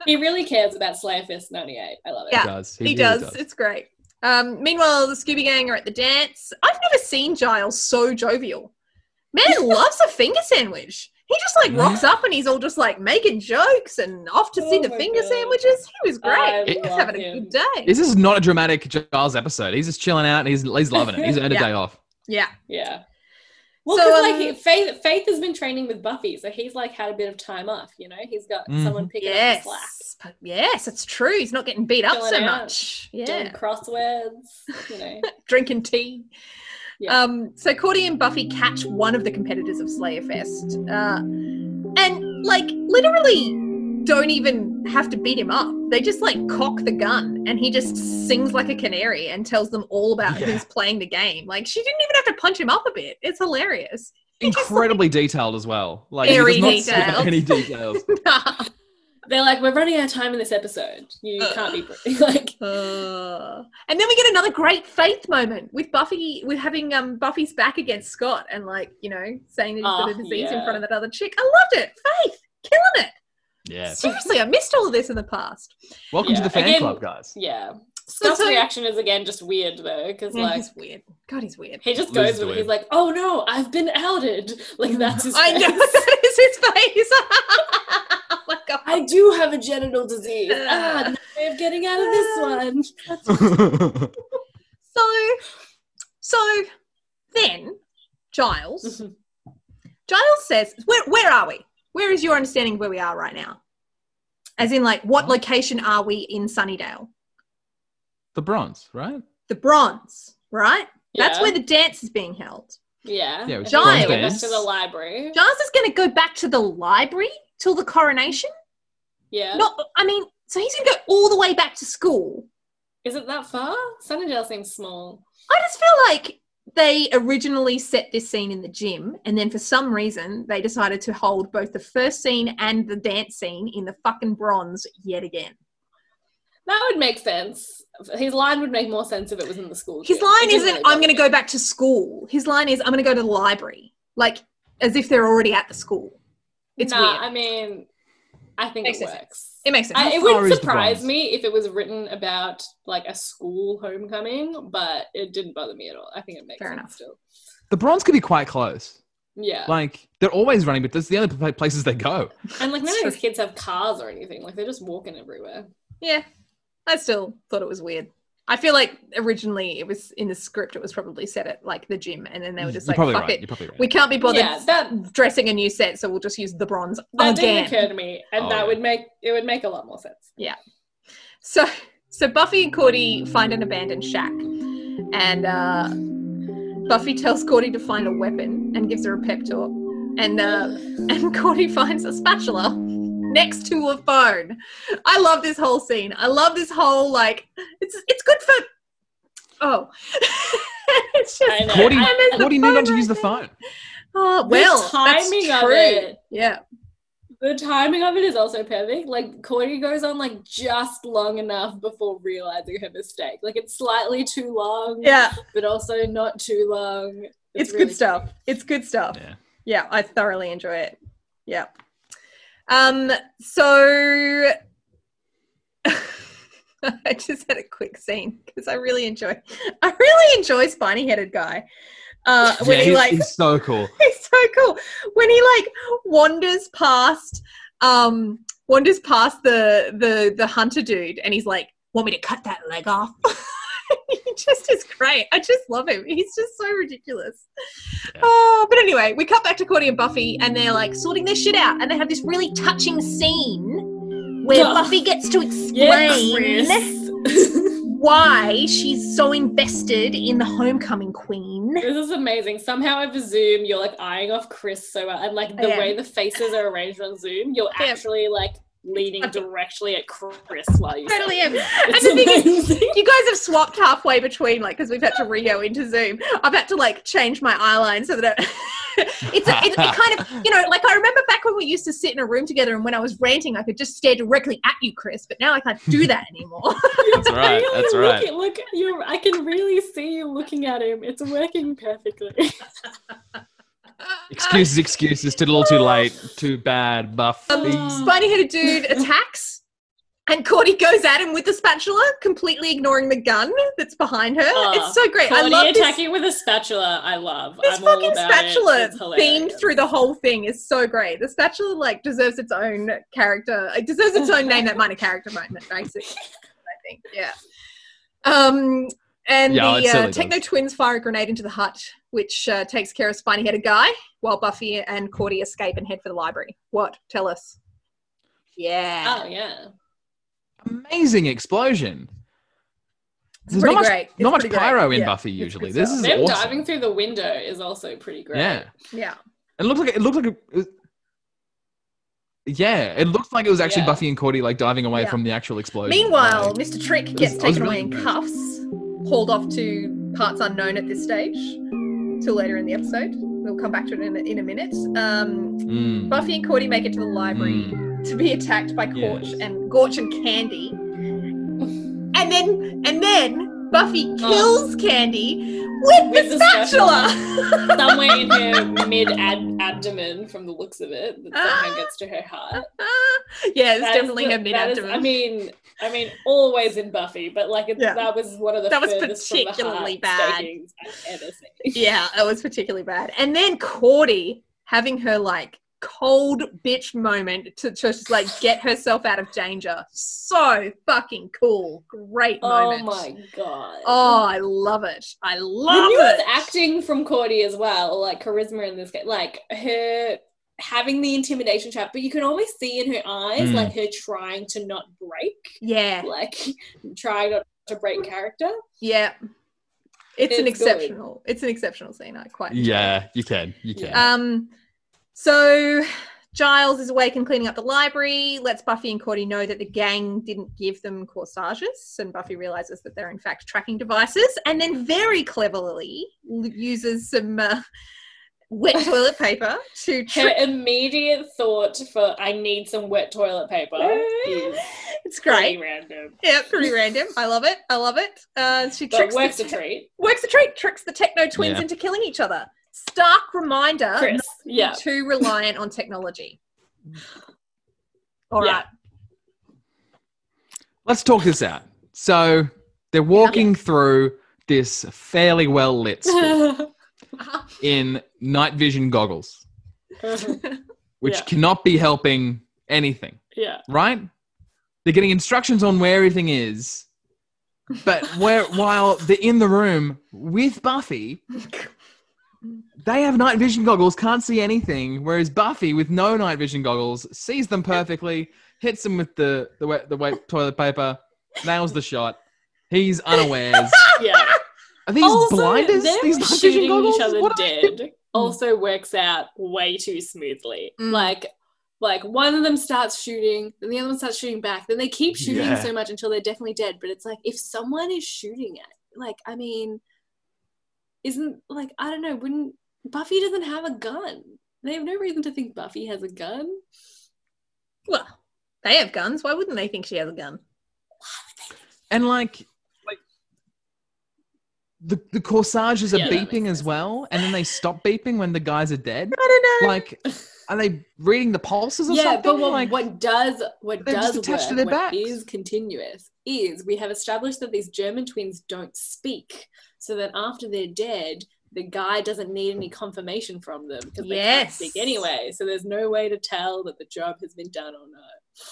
S3: He really cares about Slayer Fest 98. I love it.
S1: Yeah.
S2: He does.
S1: He,
S2: really
S1: does. It's great. Um, meanwhile, the Scooby Gang are at the dance. I've never seen Giles so jovial. Man loves a finger sandwich. He just like rocks up and he's all just like making jokes and off to see
S3: Oh
S1: the
S3: my
S1: finger
S3: God.
S1: sandwiches. He was
S3: I
S1: great. He was
S3: love
S1: having a
S3: him.
S1: good day.
S2: This is not a dramatic Giles episode. He's just chilling out and he's, he's loving it. He's earned
S1: Yeah.
S2: a day off.
S1: yeah.
S3: Yeah. Well,
S1: So,
S3: 'cause,
S1: um,
S3: like he- Faith, Faith has been training with Buffy, so he's like had a bit of time off. You know, he's got
S2: Mhm.
S3: someone picking up the slack,
S1: Yes. But yes, it's true. He's not getting beat up
S3: Going
S1: so
S3: out,
S1: much.
S3: doing
S1: Yeah.
S3: crosswords. You know,
S1: Drinking tea.
S3: Yeah.
S1: Um, so Cordy and Buffy catch one of the competitors of Slayer Fest. Uh, and like literally don't even have to beat him up. They just like cock the gun and he just sings like a canary and tells them all about
S2: Yeah.
S1: who's playing the game. Like she didn't even have to punch him up a bit. It's hilarious.
S2: Incredibly detailed as well. Like he
S1: Very
S2: does not skip
S1: detailed.
S2: any details.
S3: they're like, we're running out of time in this episode. You
S1: Ugh.
S3: can't be br- like,
S1: Uh, and then we get another great faith moment with Buffy with having um Buffy's back against Scott and like you know saying that he's got
S3: Oh,
S1: a disease in
S3: yeah.
S1: front of that other chick. I loved it. Faith killing it.
S2: Yeah.
S1: Seriously, I missed all of this in the past.
S2: Welcome to
S3: Yeah.
S2: the fan
S3: Again-
S2: club, guys.
S3: yeah. Scott's
S1: so- Mm-hmm.
S3: reaction is again just weird though, because
S1: Yeah,
S3: like
S1: he's weird. God, he's weird.
S3: he just
S2: Liz
S3: goes with it.
S2: doing.
S3: He's like, oh no, I've been outed. Like that's his.
S1: Mm-hmm. I know
S3: face.
S1: that is his face. oh my god,
S3: I do have a genital disease.
S1: Ugh.
S3: ah, no way of getting out of this
S1: Ugh.
S3: one.
S1: So, so then Giles,
S3: Mhm.
S1: Giles says, where, where are we? Where is your understanding of where we are right now? As in, like, what location are we in Sunnydale?
S2: the bronze, right?
S1: The bronze, right? That's
S3: Yeah.
S1: where the dance is being held.
S3: Yeah.
S2: Yeah, it was
S3: And then they
S1: Giles.
S3: went back to the library.
S1: Giles is going to go back to the library till the coronation.
S3: Yeah.
S1: Not, I mean, so he's going to go all the way back to school.
S3: Is it that far? Sunnydale seems small.
S1: I just feel like they originally set this scene in the gym, and then for some reason they decided to hold both the first scene and the dance scene in the fucking bronze yet again.
S3: That would make sense. His line would make more sense if it was in the school.
S1: His
S3: gym.
S1: line
S3: It just
S1: isn't,
S3: really
S1: I'm going to
S3: doesn't.
S1: go back to school. His line is, I'm going to go to the library. Like, as if they're already at the school. It's
S3: nah,
S1: weird.
S3: I mean, I think
S1: Makes
S3: it
S1: no sense.
S3: works.
S1: it makes sense.
S3: I,
S2: How
S3: it
S2: far
S3: wouldn't
S2: is the
S3: surprise
S2: bronze?
S3: me if it was written about like a school homecoming, but it didn't bother me at all. I think it makes
S1: Fair
S3: sense
S1: enough.
S3: still.
S2: The Bronze could be quite close.
S3: Yeah.
S2: Like they're always running, but that's the only pla- places they go.
S3: and like none
S1: It's
S3: of these
S1: true.
S3: kids have cars or anything. Like they're just walking everywhere.
S1: yeah, I still thought it was weird. I feel like originally it was in the script, it was probably set at like the gym, and then they were just
S2: You're
S1: like,
S2: probably
S1: fuck
S2: right.
S1: it.
S2: You're probably right.
S1: We can't be bothered
S3: Yeah, that-
S1: dressing a new set, so we'll just use the bronze
S3: That
S1: again.
S3: didn't occur to me. And
S2: Oh,
S3: that
S2: yeah.
S3: would make it would make a lot more sense.
S1: So, so Buffy and Cordy find an abandoned shack, and uh, Buffy tells Cordy to find a weapon and gives her a pep talk, and uh, and Cordy finds a spatula next to a phone. I love this whole scene. I love this whole like it's it's good for. Oh, it's just
S3: I know.
S2: Cordy,
S3: And
S1: there's the
S2: Cordy knew not to
S1: phone
S2: use the
S1: right
S2: phone.
S1: oh
S3: The
S1: well.
S3: timing
S1: that's
S3: of
S1: true.
S3: it.
S1: Yeah,
S3: The timing of it is also perfect. Like Cordy goes on like just long enough before realizing her mistake. Like it's slightly too long,
S1: yeah.
S3: but also not too long.
S1: It's,
S3: really
S1: good stuff. It's good stuff.
S2: Yeah.
S1: Yeah, I thoroughly enjoy it. Yeah. Um, so I just had a quick scene because I really enjoy I really enjoy spiny headed guy. Uh when
S2: yeah,
S1: he
S2: he's,
S1: like
S2: he's so cool.
S1: it's so cool when he like wanders past um wanders past the the the hunter dude and he's like want me to cut that leg off he just is great i just love him he's just so ridiculous
S2: Yeah.
S1: oh but anyway we cut back to cordy and buffy and they're like sorting their shit out and they have this really touching scene where
S3: Ugh.
S1: buffy gets to
S3: Yeah,
S1: explain
S3: Chris.
S1: why she's so invested in the homecoming queen
S3: This is amazing. Somehow over Zoom, you're like eyeing off Chris so well, and like the
S1: I am.
S3: way the faces are arranged on Zoom, you're
S1: I am.
S3: actually like leaning
S1: Okay.
S3: directly at Chris while you.
S1: totally
S3: say
S1: am
S3: it. It's
S1: And the thing
S3: amazing.
S1: You guys have swapped halfway between, like, because we've had to Rio into Zoom. I've had to like change my eyeline so that it, it's a, it, it kind of, you know, like I remember back when we used to sit in a room together, and when I was ranting, I could just stare directly at you, Chris. But now I can't do that anymore.
S2: That's right.
S3: Really
S2: That's
S3: look
S2: right.
S3: at- Look, you. I can really see you looking at him. It's working perfectly.
S2: Excuses, excuses. Too little, too late, too bad. Buff.
S1: Uh,
S3: Um,
S1: Spiny-headed dude attacks, and Cordy goes at him with the spatula, completely ignoring the gun that's behind her.
S3: Oh,
S1: it's so great. I
S3: Claudia
S1: love this.
S3: attacking with a spatula. I love.
S1: This
S3: I'm all
S1: fucking
S3: about it.
S1: spatula
S3: It's
S1: themed
S3: hilarious.
S1: through the whole thing is so great. The spatula like deserves its own character. It deserves its own name that minor character moment, basically. I think, yeah. Um, and
S2: Yeah, it
S1: the uh,
S2: certainly
S1: Techno
S2: does.
S1: twins fire a grenade into the hut, which uh, takes care of Spiny Headed Guy, while Buffy and Cordy escape and head for the library. What? Tell us. Yeah,
S3: Oh yeah.
S2: Amazing explosion.
S1: it's
S2: There's
S1: pretty
S2: not much,
S1: great. It's
S2: not much
S1: pretty great.
S2: pyro in
S1: Yeah.
S2: Buffy
S1: It's
S2: usually.
S1: good
S2: This
S1: stuff.
S2: is
S3: Them
S2: awesome.
S3: diving through the window is also pretty great.
S2: Yeah.
S1: Yeah,
S2: It looked like it looked like a, it- yeah, it looked like it was actually
S3: Yeah.
S2: Buffy and Cordy like diving away
S1: Yeah.
S2: from the actual explosion.
S1: Meanwhile,
S2: Like,
S1: Mr. Trick
S2: was- I
S1: gets
S2: was
S1: taken away
S2: really
S1: in
S2: impressed.
S1: cuffs, hauled off to parts unknown at this stage, till later in the episode. We'll come back to it in a, in a minute. Um,
S2: mm,
S1: Buffy and Cordy make it to the library
S3: Hmm.
S1: to be attacked by Gorch
S2: Yes.
S1: and Gorch and Candy, and then and then Buffy
S3: Oh.
S1: kills Candy with,
S3: With
S1: the,
S3: the
S1: spatula.
S3: somewhere in her mid abdomen from the looks of it that somehow gets to her heart.
S1: yeah, it's
S3: That is
S1: definitely
S3: the-
S1: her mid
S3: that is-
S1: abdomen.
S3: I mean, I mean, always in Buffy, but like it's,
S1: Yeah.
S3: that was one of the
S1: That was
S3: furthest from the heart
S1: particularly bad.
S3: stakings I've ever seen.
S1: yeah, it was particularly bad. And then Cordy having her like cold bitch moment to to just like get herself out of danger. So fucking cool. Great
S3: Oh
S1: moment.
S3: my god.
S1: Oh, I love it. I
S3: the
S1: love
S3: newest
S1: it.
S3: acting from Cordy as well, like charisma in this game, like her having the intimidation trap, but you can always see in her eyes,
S2: Mm.
S3: like her trying to not break,
S1: Hmm. Yeah,
S3: like trying not to break character.
S1: yeah. It's, an
S3: It's good.
S1: exceptional. It's an exceptional scene. I quite enjoy it.
S2: yeah, you can, you can.
S3: Yeah.
S1: Um, so Giles is awake and cleaning up the library, lets Buffy and Cordy know that the gang didn't give them corsages, and Buffy realizes that they're in fact tracking devices, and then very cleverly l- uses some uh, wet toilet paper to
S3: Her
S1: trick.
S3: immediate thought for I need some wet toilet paper is
S1: it's
S3: pretty
S1: great.
S3: random.
S1: Yeah, pretty random. I love it. I love it. Uh, she
S3: But
S1: tricks
S3: works
S1: the
S3: a
S1: te-
S3: treat.
S1: works a treat. Tricks the techno twins
S2: Yeah.
S1: into killing each other. Stark reminder.
S2: Uh,
S3: Chris.
S1: be
S3: Yeah.
S1: too reliant on technology. All
S3: Yeah.
S1: right.
S2: Let's talk this out. So they're walking through this fairly well lit school in night vision goggles, which
S3: Yeah.
S2: cannot be helping anything,
S3: yeah.
S2: right? They're getting instructions on where everything is, but where while they're in the room with Buffy, they have night vision goggles, can't see anything, whereas Buffy with no night vision goggles sees them perfectly, hits them with the the wet, the wet toilet paper, nails the shot. He's unawares.
S3: Yeah.
S2: Are these blinders?
S3: them
S2: These night
S3: shooting
S2: vision goggles?
S3: each other
S2: What are they doing?
S3: dead also works out way too smoothly.
S1: Mm.
S3: Like, like one of them starts shooting, then the other one starts shooting back. Then they keep shooting
S2: Yeah.
S3: so much until they're definitely dead. But it's like if someone is shooting at, like, I mean, isn't like I don't know. Wouldn't Buffy doesn't have a gun? They have no reason to think Buffy has a gun.
S1: Well, they have guns. Why wouldn't they think she has a gun?
S2: And like, like the the corsages are
S3: Yeah, that makes
S2: beeping as
S3: sense.
S2: well, and then they stop beeping when the guys are dead.
S1: I don't know.
S2: Like, are they reading the pulses or
S3: yeah,
S2: something?
S3: but what,
S2: like,
S3: what does what
S2: they're
S3: does
S2: just
S3: work,
S2: attached to their
S3: what
S2: backs.
S3: is continuous is we have established that these German twins don't speak, so that after they're dead, the guy doesn't need any confirmation from them because they can't
S1: Yes.
S3: speak anyway. So there's no way to tell that the job has been done or not.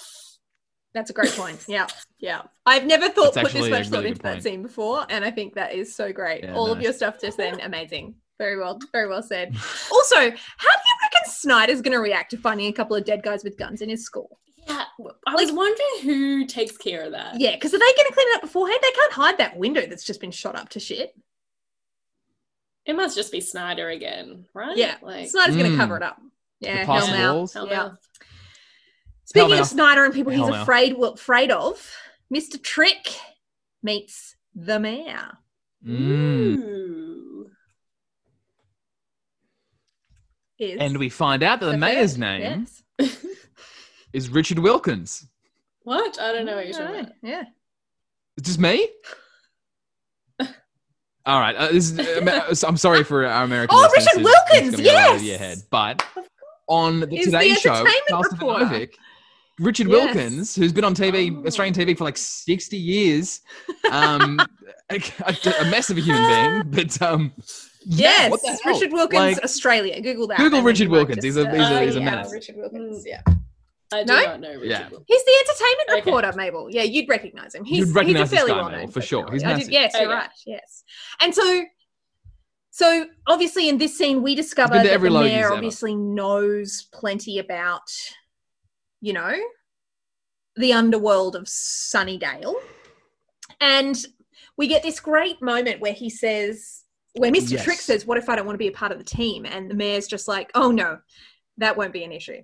S1: That's a great point. Yeah. Yeah. I've never thought
S2: That's
S1: put this
S2: actually a
S1: much thought
S2: really
S1: into
S2: good
S1: that
S2: point.
S1: scene before. And I think that is so great.
S2: Yeah,
S1: All of
S2: nice.
S1: your stuff just then, amazing. Very well, very well said. Also, how do you reckon Snyder's gonna react to finding a couple of dead guys with guns in his school?
S3: Yeah, I was wondering who takes care of that.
S1: Yeah, because are they gonna clean it up beforehand? They can't hide that window that's just been shot up to shit.
S3: It must just be Snyder again, right?
S1: Yeah.
S3: like
S1: Snyder's gonna
S2: Mm.
S1: cover it up. Yeah,
S2: the
S1: hell
S2: past
S1: now.
S2: walls.
S3: hell
S1: Yeah.
S3: no.
S1: Speaking
S2: Hell now.
S1: of Snyder and people
S2: Hell
S1: he's
S2: now.
S1: afraid well, afraid of, Mr. Trick meets the mayor.
S2: Mm.
S3: Ooh.
S1: Is
S2: And we find out that the
S1: the
S2: mayor's
S1: third,
S2: name
S1: yes.
S2: is Richard Wilkins.
S3: What? I don't know what you're
S1: I
S3: talking
S1: don't
S3: about.
S1: know. Yeah.
S2: It's just me. All right, uh, this is, uh, Amer- so I'm sorry for our American.
S1: Oh,
S2: listeners,
S1: Richard
S2: this is gonna
S1: Wilkins,
S2: go right over
S1: yes!
S2: your head. But on the
S1: He's the
S2: Today Show,
S1: entertainment
S2: Carsten
S1: reporter.
S2: Vanovic, Richard
S1: Yes.
S2: Wilkins, who's been on TV,
S3: Oh.
S2: Australian TV for like 60 years, um, a, a- a mess of a human being, but um, yeah,
S1: Yes.
S2: what the hell?
S1: Richard Wilkins,
S2: Like,
S1: Australia. Google that. and
S2: Google
S1: then
S2: Richard
S1: you might
S2: Wilkins. He's a-
S1: just, uh, Mm.
S2: he's
S3: a- he's a
S1: yeah,
S2: menace.
S1: Richard Wilkins. Yeah.
S3: I do
S1: No?
S3: not know Richard
S2: Yeah.
S3: Wilkins.
S1: He's the entertainment
S3: Okay.
S1: reporter, Mabel. Yeah, you'd recognize him. He's,
S2: You'd
S1: he's a
S2: recognise this
S1: fairly
S2: guy,
S1: well known
S2: Mabel, for sure.
S1: personality.
S2: He's
S1: I did-
S2: massive.
S1: yes, you're
S3: Okay.
S1: right. Yes, and so, so obviously in this scene we discover
S2: to
S1: that
S2: every
S1: the
S2: Logies
S1: mayor
S2: ever.
S1: obviously knows plenty about, you know, the underworld of Sunnydale, and we get this great moment where he says, where Mr.
S2: Yes.
S1: Trick says, "What if I don't want to be a part of the team?" And the mayor's just like, "Oh no, that won't be an issue."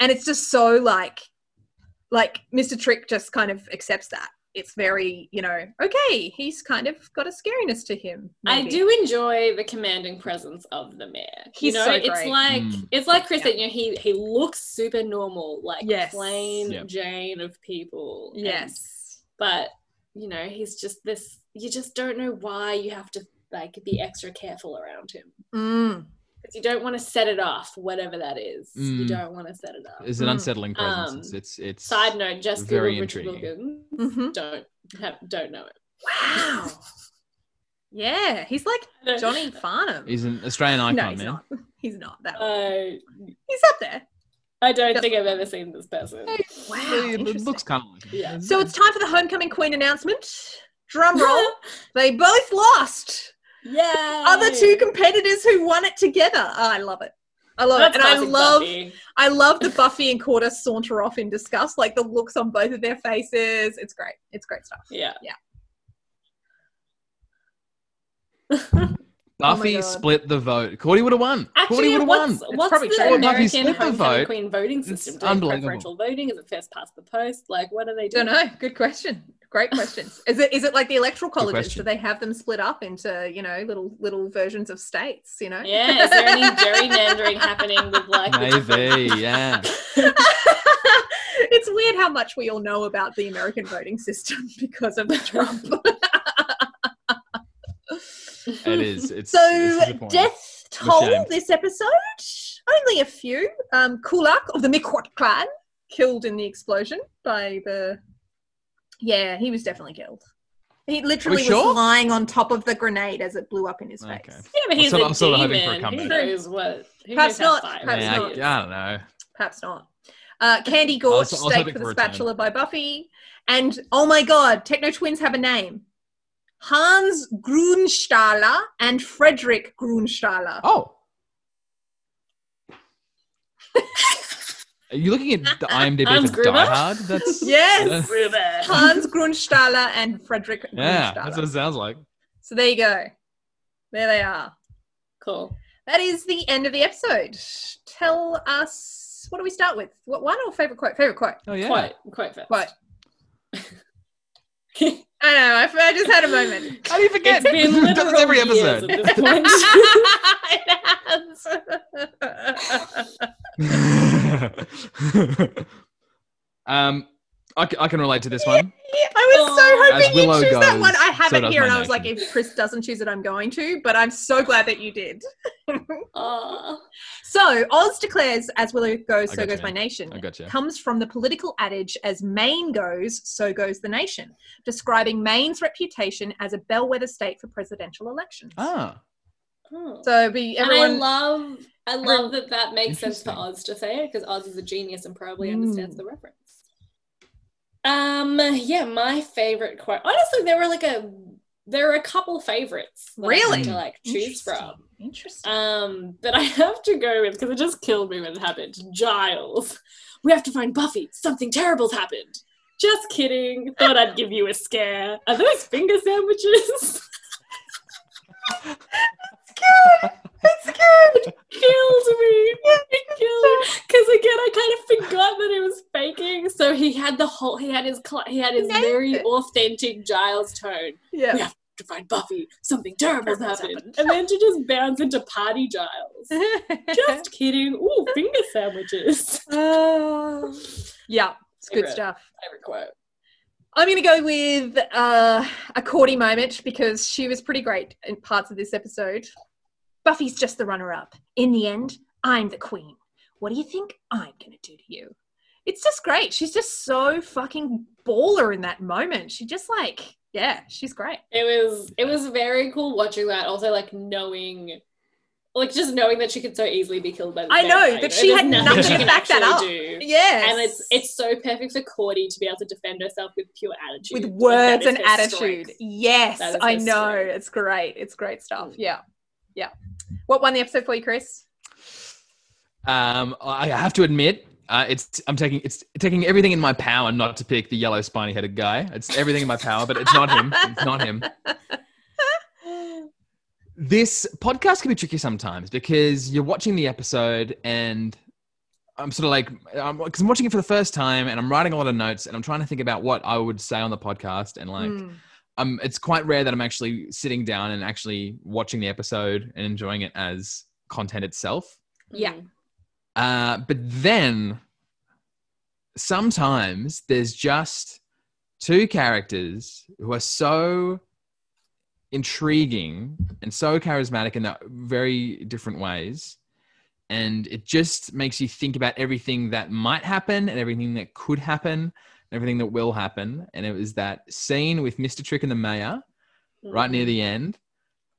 S1: And it's just so like, like Mr. Trick just kind of accepts that. It's very, you know, okay, he's kind of got a scariness to him.
S3: I
S1: maybe.
S3: do enjoy the commanding presence of the mayor.
S1: He's
S3: you know,
S1: so
S3: it's
S1: great.
S3: like
S2: Mm.
S3: it's like Chris
S1: Yeah.
S3: said, you know, he he looks super normal, like
S1: Yes.
S3: plain
S2: Yep.
S3: Jane of people. And-
S1: Yes.
S3: but you know, he's just this you just don't know why you have to like be extra careful around him.
S1: Mm.
S3: Because you don't want to set it off, whatever that is. You
S2: Mm.
S3: don't want to set it off.
S2: is an
S1: Mm.
S2: unsettling presence.
S3: Um,
S2: it's, it's it's
S3: Side note, just
S2: Very
S3: Google Richard
S2: intriguing.
S3: Wilkins.
S1: Mhm.
S3: Don't have, don't know it.
S1: Wow. yeah, he's like Johnny Farnham.
S2: He's an Australian icon,
S1: no, he's
S2: man.
S1: not. He's not that.
S3: I
S1: he's up there.
S3: I don't
S1: Just-
S3: think I've ever seen this person.
S1: Wow.
S2: It- it
S1: interesting.
S2: looks kind of like him.
S3: Yeah.
S1: So it's time for the homecoming queen announcement. Drum roll. they both lost.
S3: Oh, Yeah.
S1: Other two competitors who won it together. Oh, I love it. I love it. And I love I love the Buffy and Corder saunter off in disgust, like the looks on both of their faces. It's great. It's great stuff.
S3: Yeah.
S1: Oh my
S2: Buffy
S1: God.
S2: split the vote. Cordy would have won. Cordy
S3: Actually,
S2: would have won.
S3: what's, what's
S1: probably
S3: the
S1: true.
S2: Well, Buffy
S3: American
S2: split the
S3: homecoming
S2: vote.
S3: queen voting
S2: It's
S3: system? Do they have
S2: unbelievable.
S3: preferential voting? Is it first past the post? Like, what do they do?
S1: Don't know. Good question. Great questions. Is it is it like the electoral colleges? Do
S2: question.
S1: they have them split up into you know little little versions of states? You know.
S3: Yeah, is there any gerrymandering happening with like? the different-
S2: Maybe, yeah.
S1: it's weird how much we all know about the American voting system because of Trump.
S2: It is. It's it's
S1: so,
S2: disappointing.
S1: death
S2: I'm ashamed.
S1: toll this episode. Only a few. Um, Kulak of the Mikwot clan killed in the explosion by the. Yeah, he was definitely killed. He literally
S2: sure?
S1: was lying on top of the grenade as it blew up in his face.
S2: Okay.
S3: Yeah, but
S2: I'm sort
S3: he's a
S2: of- I'm sort of hoping for a
S3: demon. Who
S2: comeback.
S3: knows what? Who
S1: Perhaps
S3: knows how
S1: not,
S3: fire
S1: perhaps
S2: yeah,
S1: not.
S3: is?
S2: I, I don't know.
S1: Perhaps not. Uh, Candy
S2: I
S1: Gorge,
S2: was- I was
S1: Steak
S2: hoping
S1: for the
S2: for a turn.
S1: Spatula by Buffy. And oh my god, Techno Twins have a name. Hans Grunstahler and Frederick Grunstahler.
S2: Oh. Are you looking at the IMDb
S3: Uh, Hans
S2: for
S3: Gruber?
S2: Die Hard? That's
S1: Yes!
S3: Ruben.
S1: Hans Grunstahler and Frederick
S2: Yeah,
S1: Grunstahler.
S2: that's what it sounds like.
S1: so there you go. There they are.
S3: Cool.
S1: That is the end of the episode. Tell us what do we start with? What one or favorite quote? Favorite quote.
S2: Oh yeah.
S3: Quote. Quote first.
S1: Quote. I know. I, f- I just had a moment.
S2: How do you forget?
S3: It's been
S2: We've done
S3: literal
S2: this every
S3: years at
S2: episode.
S3: this point.
S2: um, I, c- I can relate to this one.
S1: Yeah, I was so
S2: As
S1: hoping you'd
S2: Willow
S1: choose that
S2: goes,
S1: one. I have
S2: so
S1: it
S2: does
S1: here,
S2: my
S1: and I was like,
S2: nation.
S1: if Chris doesn't choose it, I'm going to. But I'm so glad that you did.
S3: Aw.
S1: So Oz declares, "As Willow goes,
S2: I
S1: so
S2: got
S1: goes
S2: you,
S1: my
S2: man.
S1: nation."
S2: I gotcha.
S1: Comes from the political adage, "As Maine goes, so goes the nation," describing Maine's reputation as a bellwether state for presidential elections.
S2: Ah,
S3: Oh.
S1: So be
S3: and I
S1: everyone.
S3: love, I
S1: everyone-
S3: love that that makes sense for
S2: Interesting.
S3: Oz to say it because Oz is a genius and probably
S1: Mm.
S3: understands the reference. Um, yeah, my favorite quote. Honestly, there were like a, there are a couple favorites. that I had
S1: Really?
S3: to like choose from.
S1: Interesting.
S3: Um, but I have to go with because it just killed me when it happened. Giles, we have to find Buffy. Something terrible's happened. Just kidding. Thought I'd give you a scare. Are those finger sandwiches?
S1: That's good.
S3: killed me. It killed because again, I kind of forgot that it was faking. So he had the whole. He had his. cl- He had his
S1: Nailed
S3: very
S1: it.
S3: authentic Giles tone.
S1: Yeah.
S3: To find Buffy, something terrible's
S1: Terrible's
S3: happened.
S1: happened.
S3: and then to just bounce into party Giles. Just kidding. Ooh, finger sandwiches.
S1: Oh. yeah, it's good
S3: Favorite.
S1: stuff.
S3: Favorite quote.
S1: I'm going to go with uh, a Cordy moment because she was pretty great in parts of this episode. Buffy's just the runner up. In the end, I'm the queen. What do you think I'm going to do to you? It's just great. She's just so fucking baller in that moment. She just like, yeah, she's great.
S3: It was it was very cool watching that. Also, like knowing, like just knowing that she could so easily be killed by. The
S1: I know,
S3: vampire.
S1: that she
S3: There's
S1: had
S2: nothing
S3: she
S2: to
S3: can
S1: back that
S3: actually Do.
S1: Yes.
S3: And it's it's so perfect for Cordy to be able to defend herself with pure attitude,
S1: with
S3: Like,
S1: words
S3: that is
S1: and
S3: her
S1: attitude.
S3: strength.
S1: Yes,
S3: That is
S1: I
S3: her
S1: know.
S3: strength.
S1: It's great. It's great stuff.
S3: Mm.
S1: Yeah. Yeah. What won the episode for you, Chris?
S2: um, I have to admit, uh, it's I'm taking it's taking everything in my power not to pick the yellow spiny headed guy. It's everything in my power, but it's not him. It's not him. this podcast can be tricky sometimes because you're watching the episode and I'm sort of like, I'm, cause I'm watching it for the first time and I'm writing a lot of notes and I'm trying to think about what I would say on the podcast. And like,
S1: Mm.
S2: um, it's quite rare that I'm actually sitting down and actually watching the episode and enjoying it as content itself.
S1: Yeah.
S3: Mm.
S2: Uh, but then sometimes there's just two characters who are so intriguing and so charismatic in their very different ways. And it just makes you think about everything that might happen and everything that could happen, and everything that will happen. And it was that scene with Mr. Trick and the Mayor
S3: Mm-hmm.
S2: right near the end.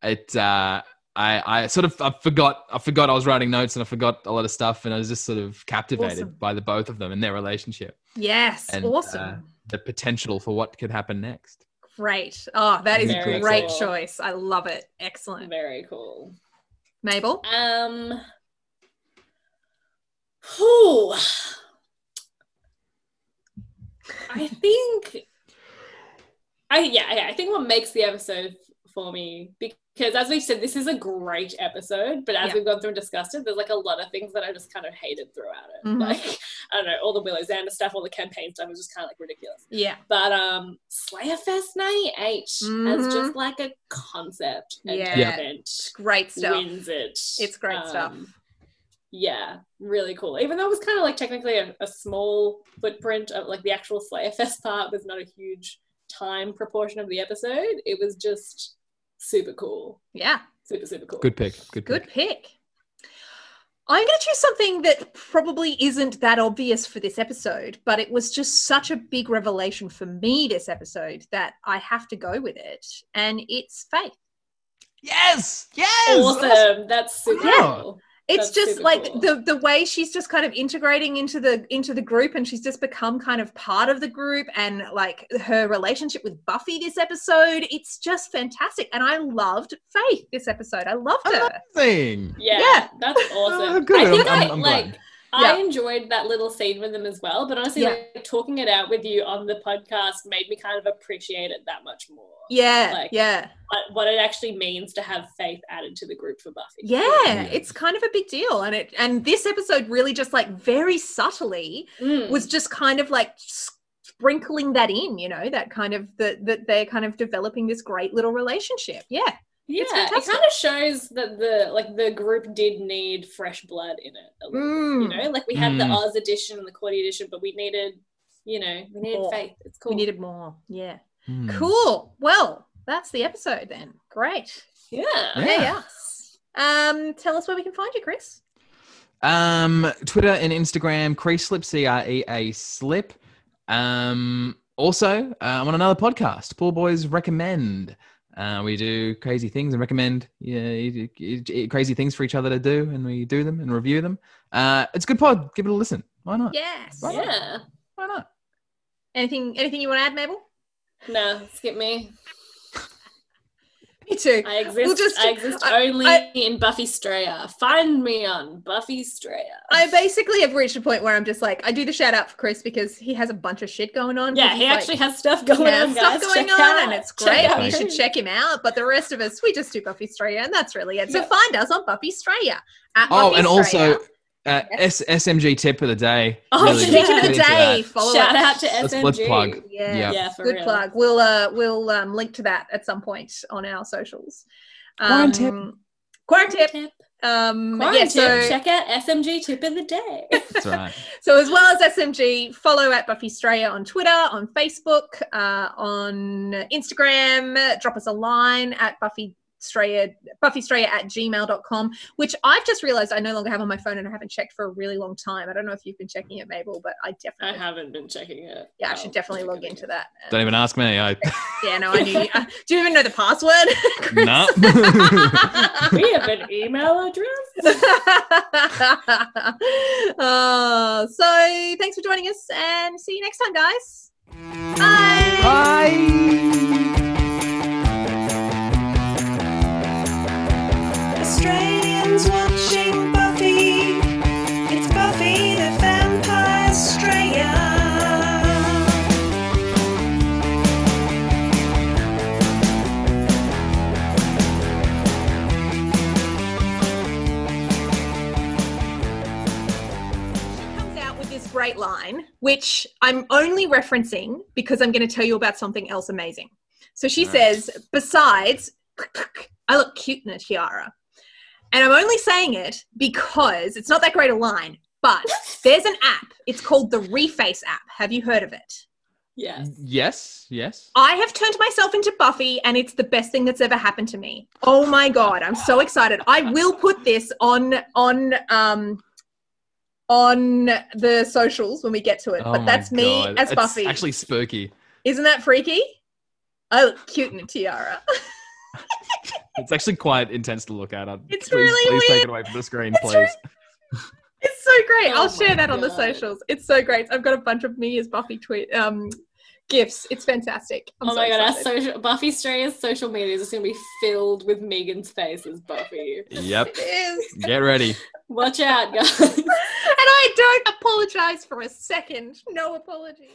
S2: It uh, I I sort of I forgot I forgot I was writing notes and I forgot a lot of stuff and I was just sort of captivated
S1: Awesome.
S2: by the both of them and their relationship,
S1: Yes.
S2: And,
S1: awesome.
S2: uh, the potential for what could happen next.
S1: Great. Oh, that is a
S2: Very
S1: great
S3: cool.
S1: choice. I love it. Excellent.
S3: Very cool.
S1: Mabel?
S3: Um. Who? I think. I yeah, yeah I think what makes the episode for me because, as we've said, this is a great episode. But as
S1: Yeah.
S3: we've gone through and discussed it, there's like a lot of things that I just kind of hated throughout it.
S1: Mhm.
S3: Like I don't know, all the Willow Xander stuff, all the campaign stuff was just kind of like ridiculous.
S1: Yeah.
S3: But um, Slayer Fest '98 as just like a concept and
S1: Mm-hmm. Yeah. Yeah.
S3: event
S1: Great stuff.
S3: wins it. Um,
S1: It's great stuff.
S3: Yeah, really cool. Even though it was kind of like technically a, a small footprint of like the actual Slayer Fest part was not a huge time proportion of the episode. It was just super cool.
S1: Yeah.
S3: Super, super cool.
S2: Good pick. Good.
S1: Good
S2: Pick.
S1: pick. I'm going to choose something that probably isn't that obvious for this episode, but it was just such a big revelation for me this episode that I have to go with it. And it's faith.
S2: Yes. Yes.
S3: Awesome. That's super
S2: Wow.
S3: cool.
S1: It's
S3: That's
S1: just
S3: super
S1: like
S3: cool.
S1: the the way she's just kind of integrating into the into the group and she's just become kind of part of the group and like her relationship with Buffy this episode, it's just fantastic. And I loved Faith this episode. I loved her.
S2: Amazing.
S3: Yeah,
S1: Yeah.
S3: that's
S2: Oh,
S3: awesome.
S2: good.
S3: I think
S2: I'm-
S3: i
S2: I'm- I'm
S3: like
S2: glad.
S3: I enjoyed that little scene with them as well, but honestly,
S1: Yeah.
S3: like talking it out with you on the podcast made me kind of appreciate it that much more.
S1: yeah.
S3: Like-
S1: yeah.
S3: What, what it actually means to have faith added to the group for Buffy.
S1: yeah
S2: Yeah.
S1: it's kind of a big deal and it and this episode really just like very subtly
S3: Mm.
S1: was just kind of like sprinkling that in you know that kind of that that they're kind of developing this great little relationship yeah
S3: Yeah, it
S1: fantastic.
S3: kind of shows that the like the group did need fresh blood in it. A little,
S1: Mm.
S3: You know, like we had the
S2: Mm.
S3: Oz edition and the Cordy edition, but we needed, you know, we needed
S1: More.
S3: faith. It's cool.
S1: we needed more yeah
S2: Hmm.
S1: cool well that's the episode then great
S3: yeah.
S2: Yeah.
S1: yeah yes um tell us where we can find you chris
S2: Um, Twitter and Instagram, Creeslip, C R E A slip. Um, also, uh, I'm on another podcast, Poor Boys Recommend. Uh, we do crazy things and recommend yeah, y- y- y- crazy things for each other to do, and we do them and review them. Uh, it's a good pod. Give it a listen. Why not?
S1: yes
S2: Why not?
S3: Yeah.
S2: Why not?
S1: anything anything you want to add mabel
S3: No, skip me.
S1: me too
S3: I exist.
S1: just-
S3: I exist
S1: I-
S3: only
S1: I-
S3: in Buffy Strayer. Find me on Buffy Strayer.
S1: I basically have reached a point where I'm just like, I do the shout out for Chris because he has a bunch of shit going on.
S3: yeah,
S1: 'cause
S3: he
S1: he's, like,
S3: actually has stuff going
S1: has
S3: on.
S1: stuff
S3: guys.
S1: going
S3: Check
S1: on,
S3: out-
S1: and it's
S3: check
S1: great.
S3: out
S1: You should
S3: Chris.
S1: check him out. But the rest of us, we just do Buffy Straya, and that's really it. So
S3: Yeah.
S1: find us on Buffy Straya. at
S2: Oh,
S1: Buffy
S2: and also
S1: Straya.
S2: uh, S- SMG tip of the day.
S3: Oh,
S1: Really
S3: yeah.
S1: good tip of
S3: Get
S1: the
S2: into that.
S1: day. Follow it.
S3: Shout out to
S2: Let's-
S3: SMG.
S2: let's plug.
S1: Yeah,
S2: Yeah.
S3: Yeah, for
S1: good
S3: real.
S1: plug. We'll uh, we'll um, link to that at some point on our socials. Um,
S2: Quarantip.
S1: Quarantip. Um, yeah,
S3: Quarantip,
S1: so,
S3: check out SMG tip of the day.
S2: That's right.
S1: So as well as SMG, follow at Buffy Straya on Twitter, on Facebook, uh, on Instagram. Drop us a line at Buffy Straya, buffystraya at gmail.com, which I've just realized I no longer have on my phone and I haven't checked for a really long time. I don't know if you've been checking it, Mabel, but I
S3: I
S1: definitely,
S3: haven't been checking it.
S1: yeah, I
S3: Oh,
S1: should definitely
S3: check
S1: log
S3: it
S1: into
S3: again.
S1: that.
S2: Don't even ask me. I
S1: yeah, no, I knew. You, uh, do you even know the password? Chris?
S2: no.
S3: We have an email address.
S1: uh, so thanks for joining us and see you next time, guys. Bye.
S2: Bye.
S4: Australians watching Buffy. It's Buffy the Vampire Slayer.
S1: comes out with this great line, which I'm only referencing because I'm going to tell you about something else amazing. So she
S2: All right.
S1: says, besides, I look cute in a tiara. And I'm only saying it because it's not that great a line, but there's an app. It's called the Reface app. Have you heard of it?
S3: Yes.
S2: Yes. Yes.
S1: I have turned myself into Buffy and it's the best thing that's ever happened to me. Oh my god, I'm so excited. I will put this on on um on the socials when we get to it.
S2: Oh
S1: but
S2: my
S1: that's me
S2: God.
S1: as
S2: It's
S1: Buffy.
S2: actually spooky.
S1: Isn't that freaky? I look cute in a tiara.
S2: It's actually quite intense to look at. Uh,
S1: It's
S2: please,
S1: really
S2: please take
S1: weird.
S2: it away from the screen,
S1: It's
S2: please.
S1: really- It's so great.
S3: Oh
S1: I'll share
S3: my
S1: that on the
S3: God.
S1: socials. It's so great. I've got a bunch of me as Buffy tweet um gifts. It's fantastic. I'm
S3: oh
S1: so
S3: my god, our
S1: excited.
S3: social Buffy Strayer's social media is going to be filled with Megan's face as Buffy.
S2: Yep.
S1: It is.
S2: Get ready.
S3: Watch out, guys.
S1: And I don't apologize for a second. No apologies.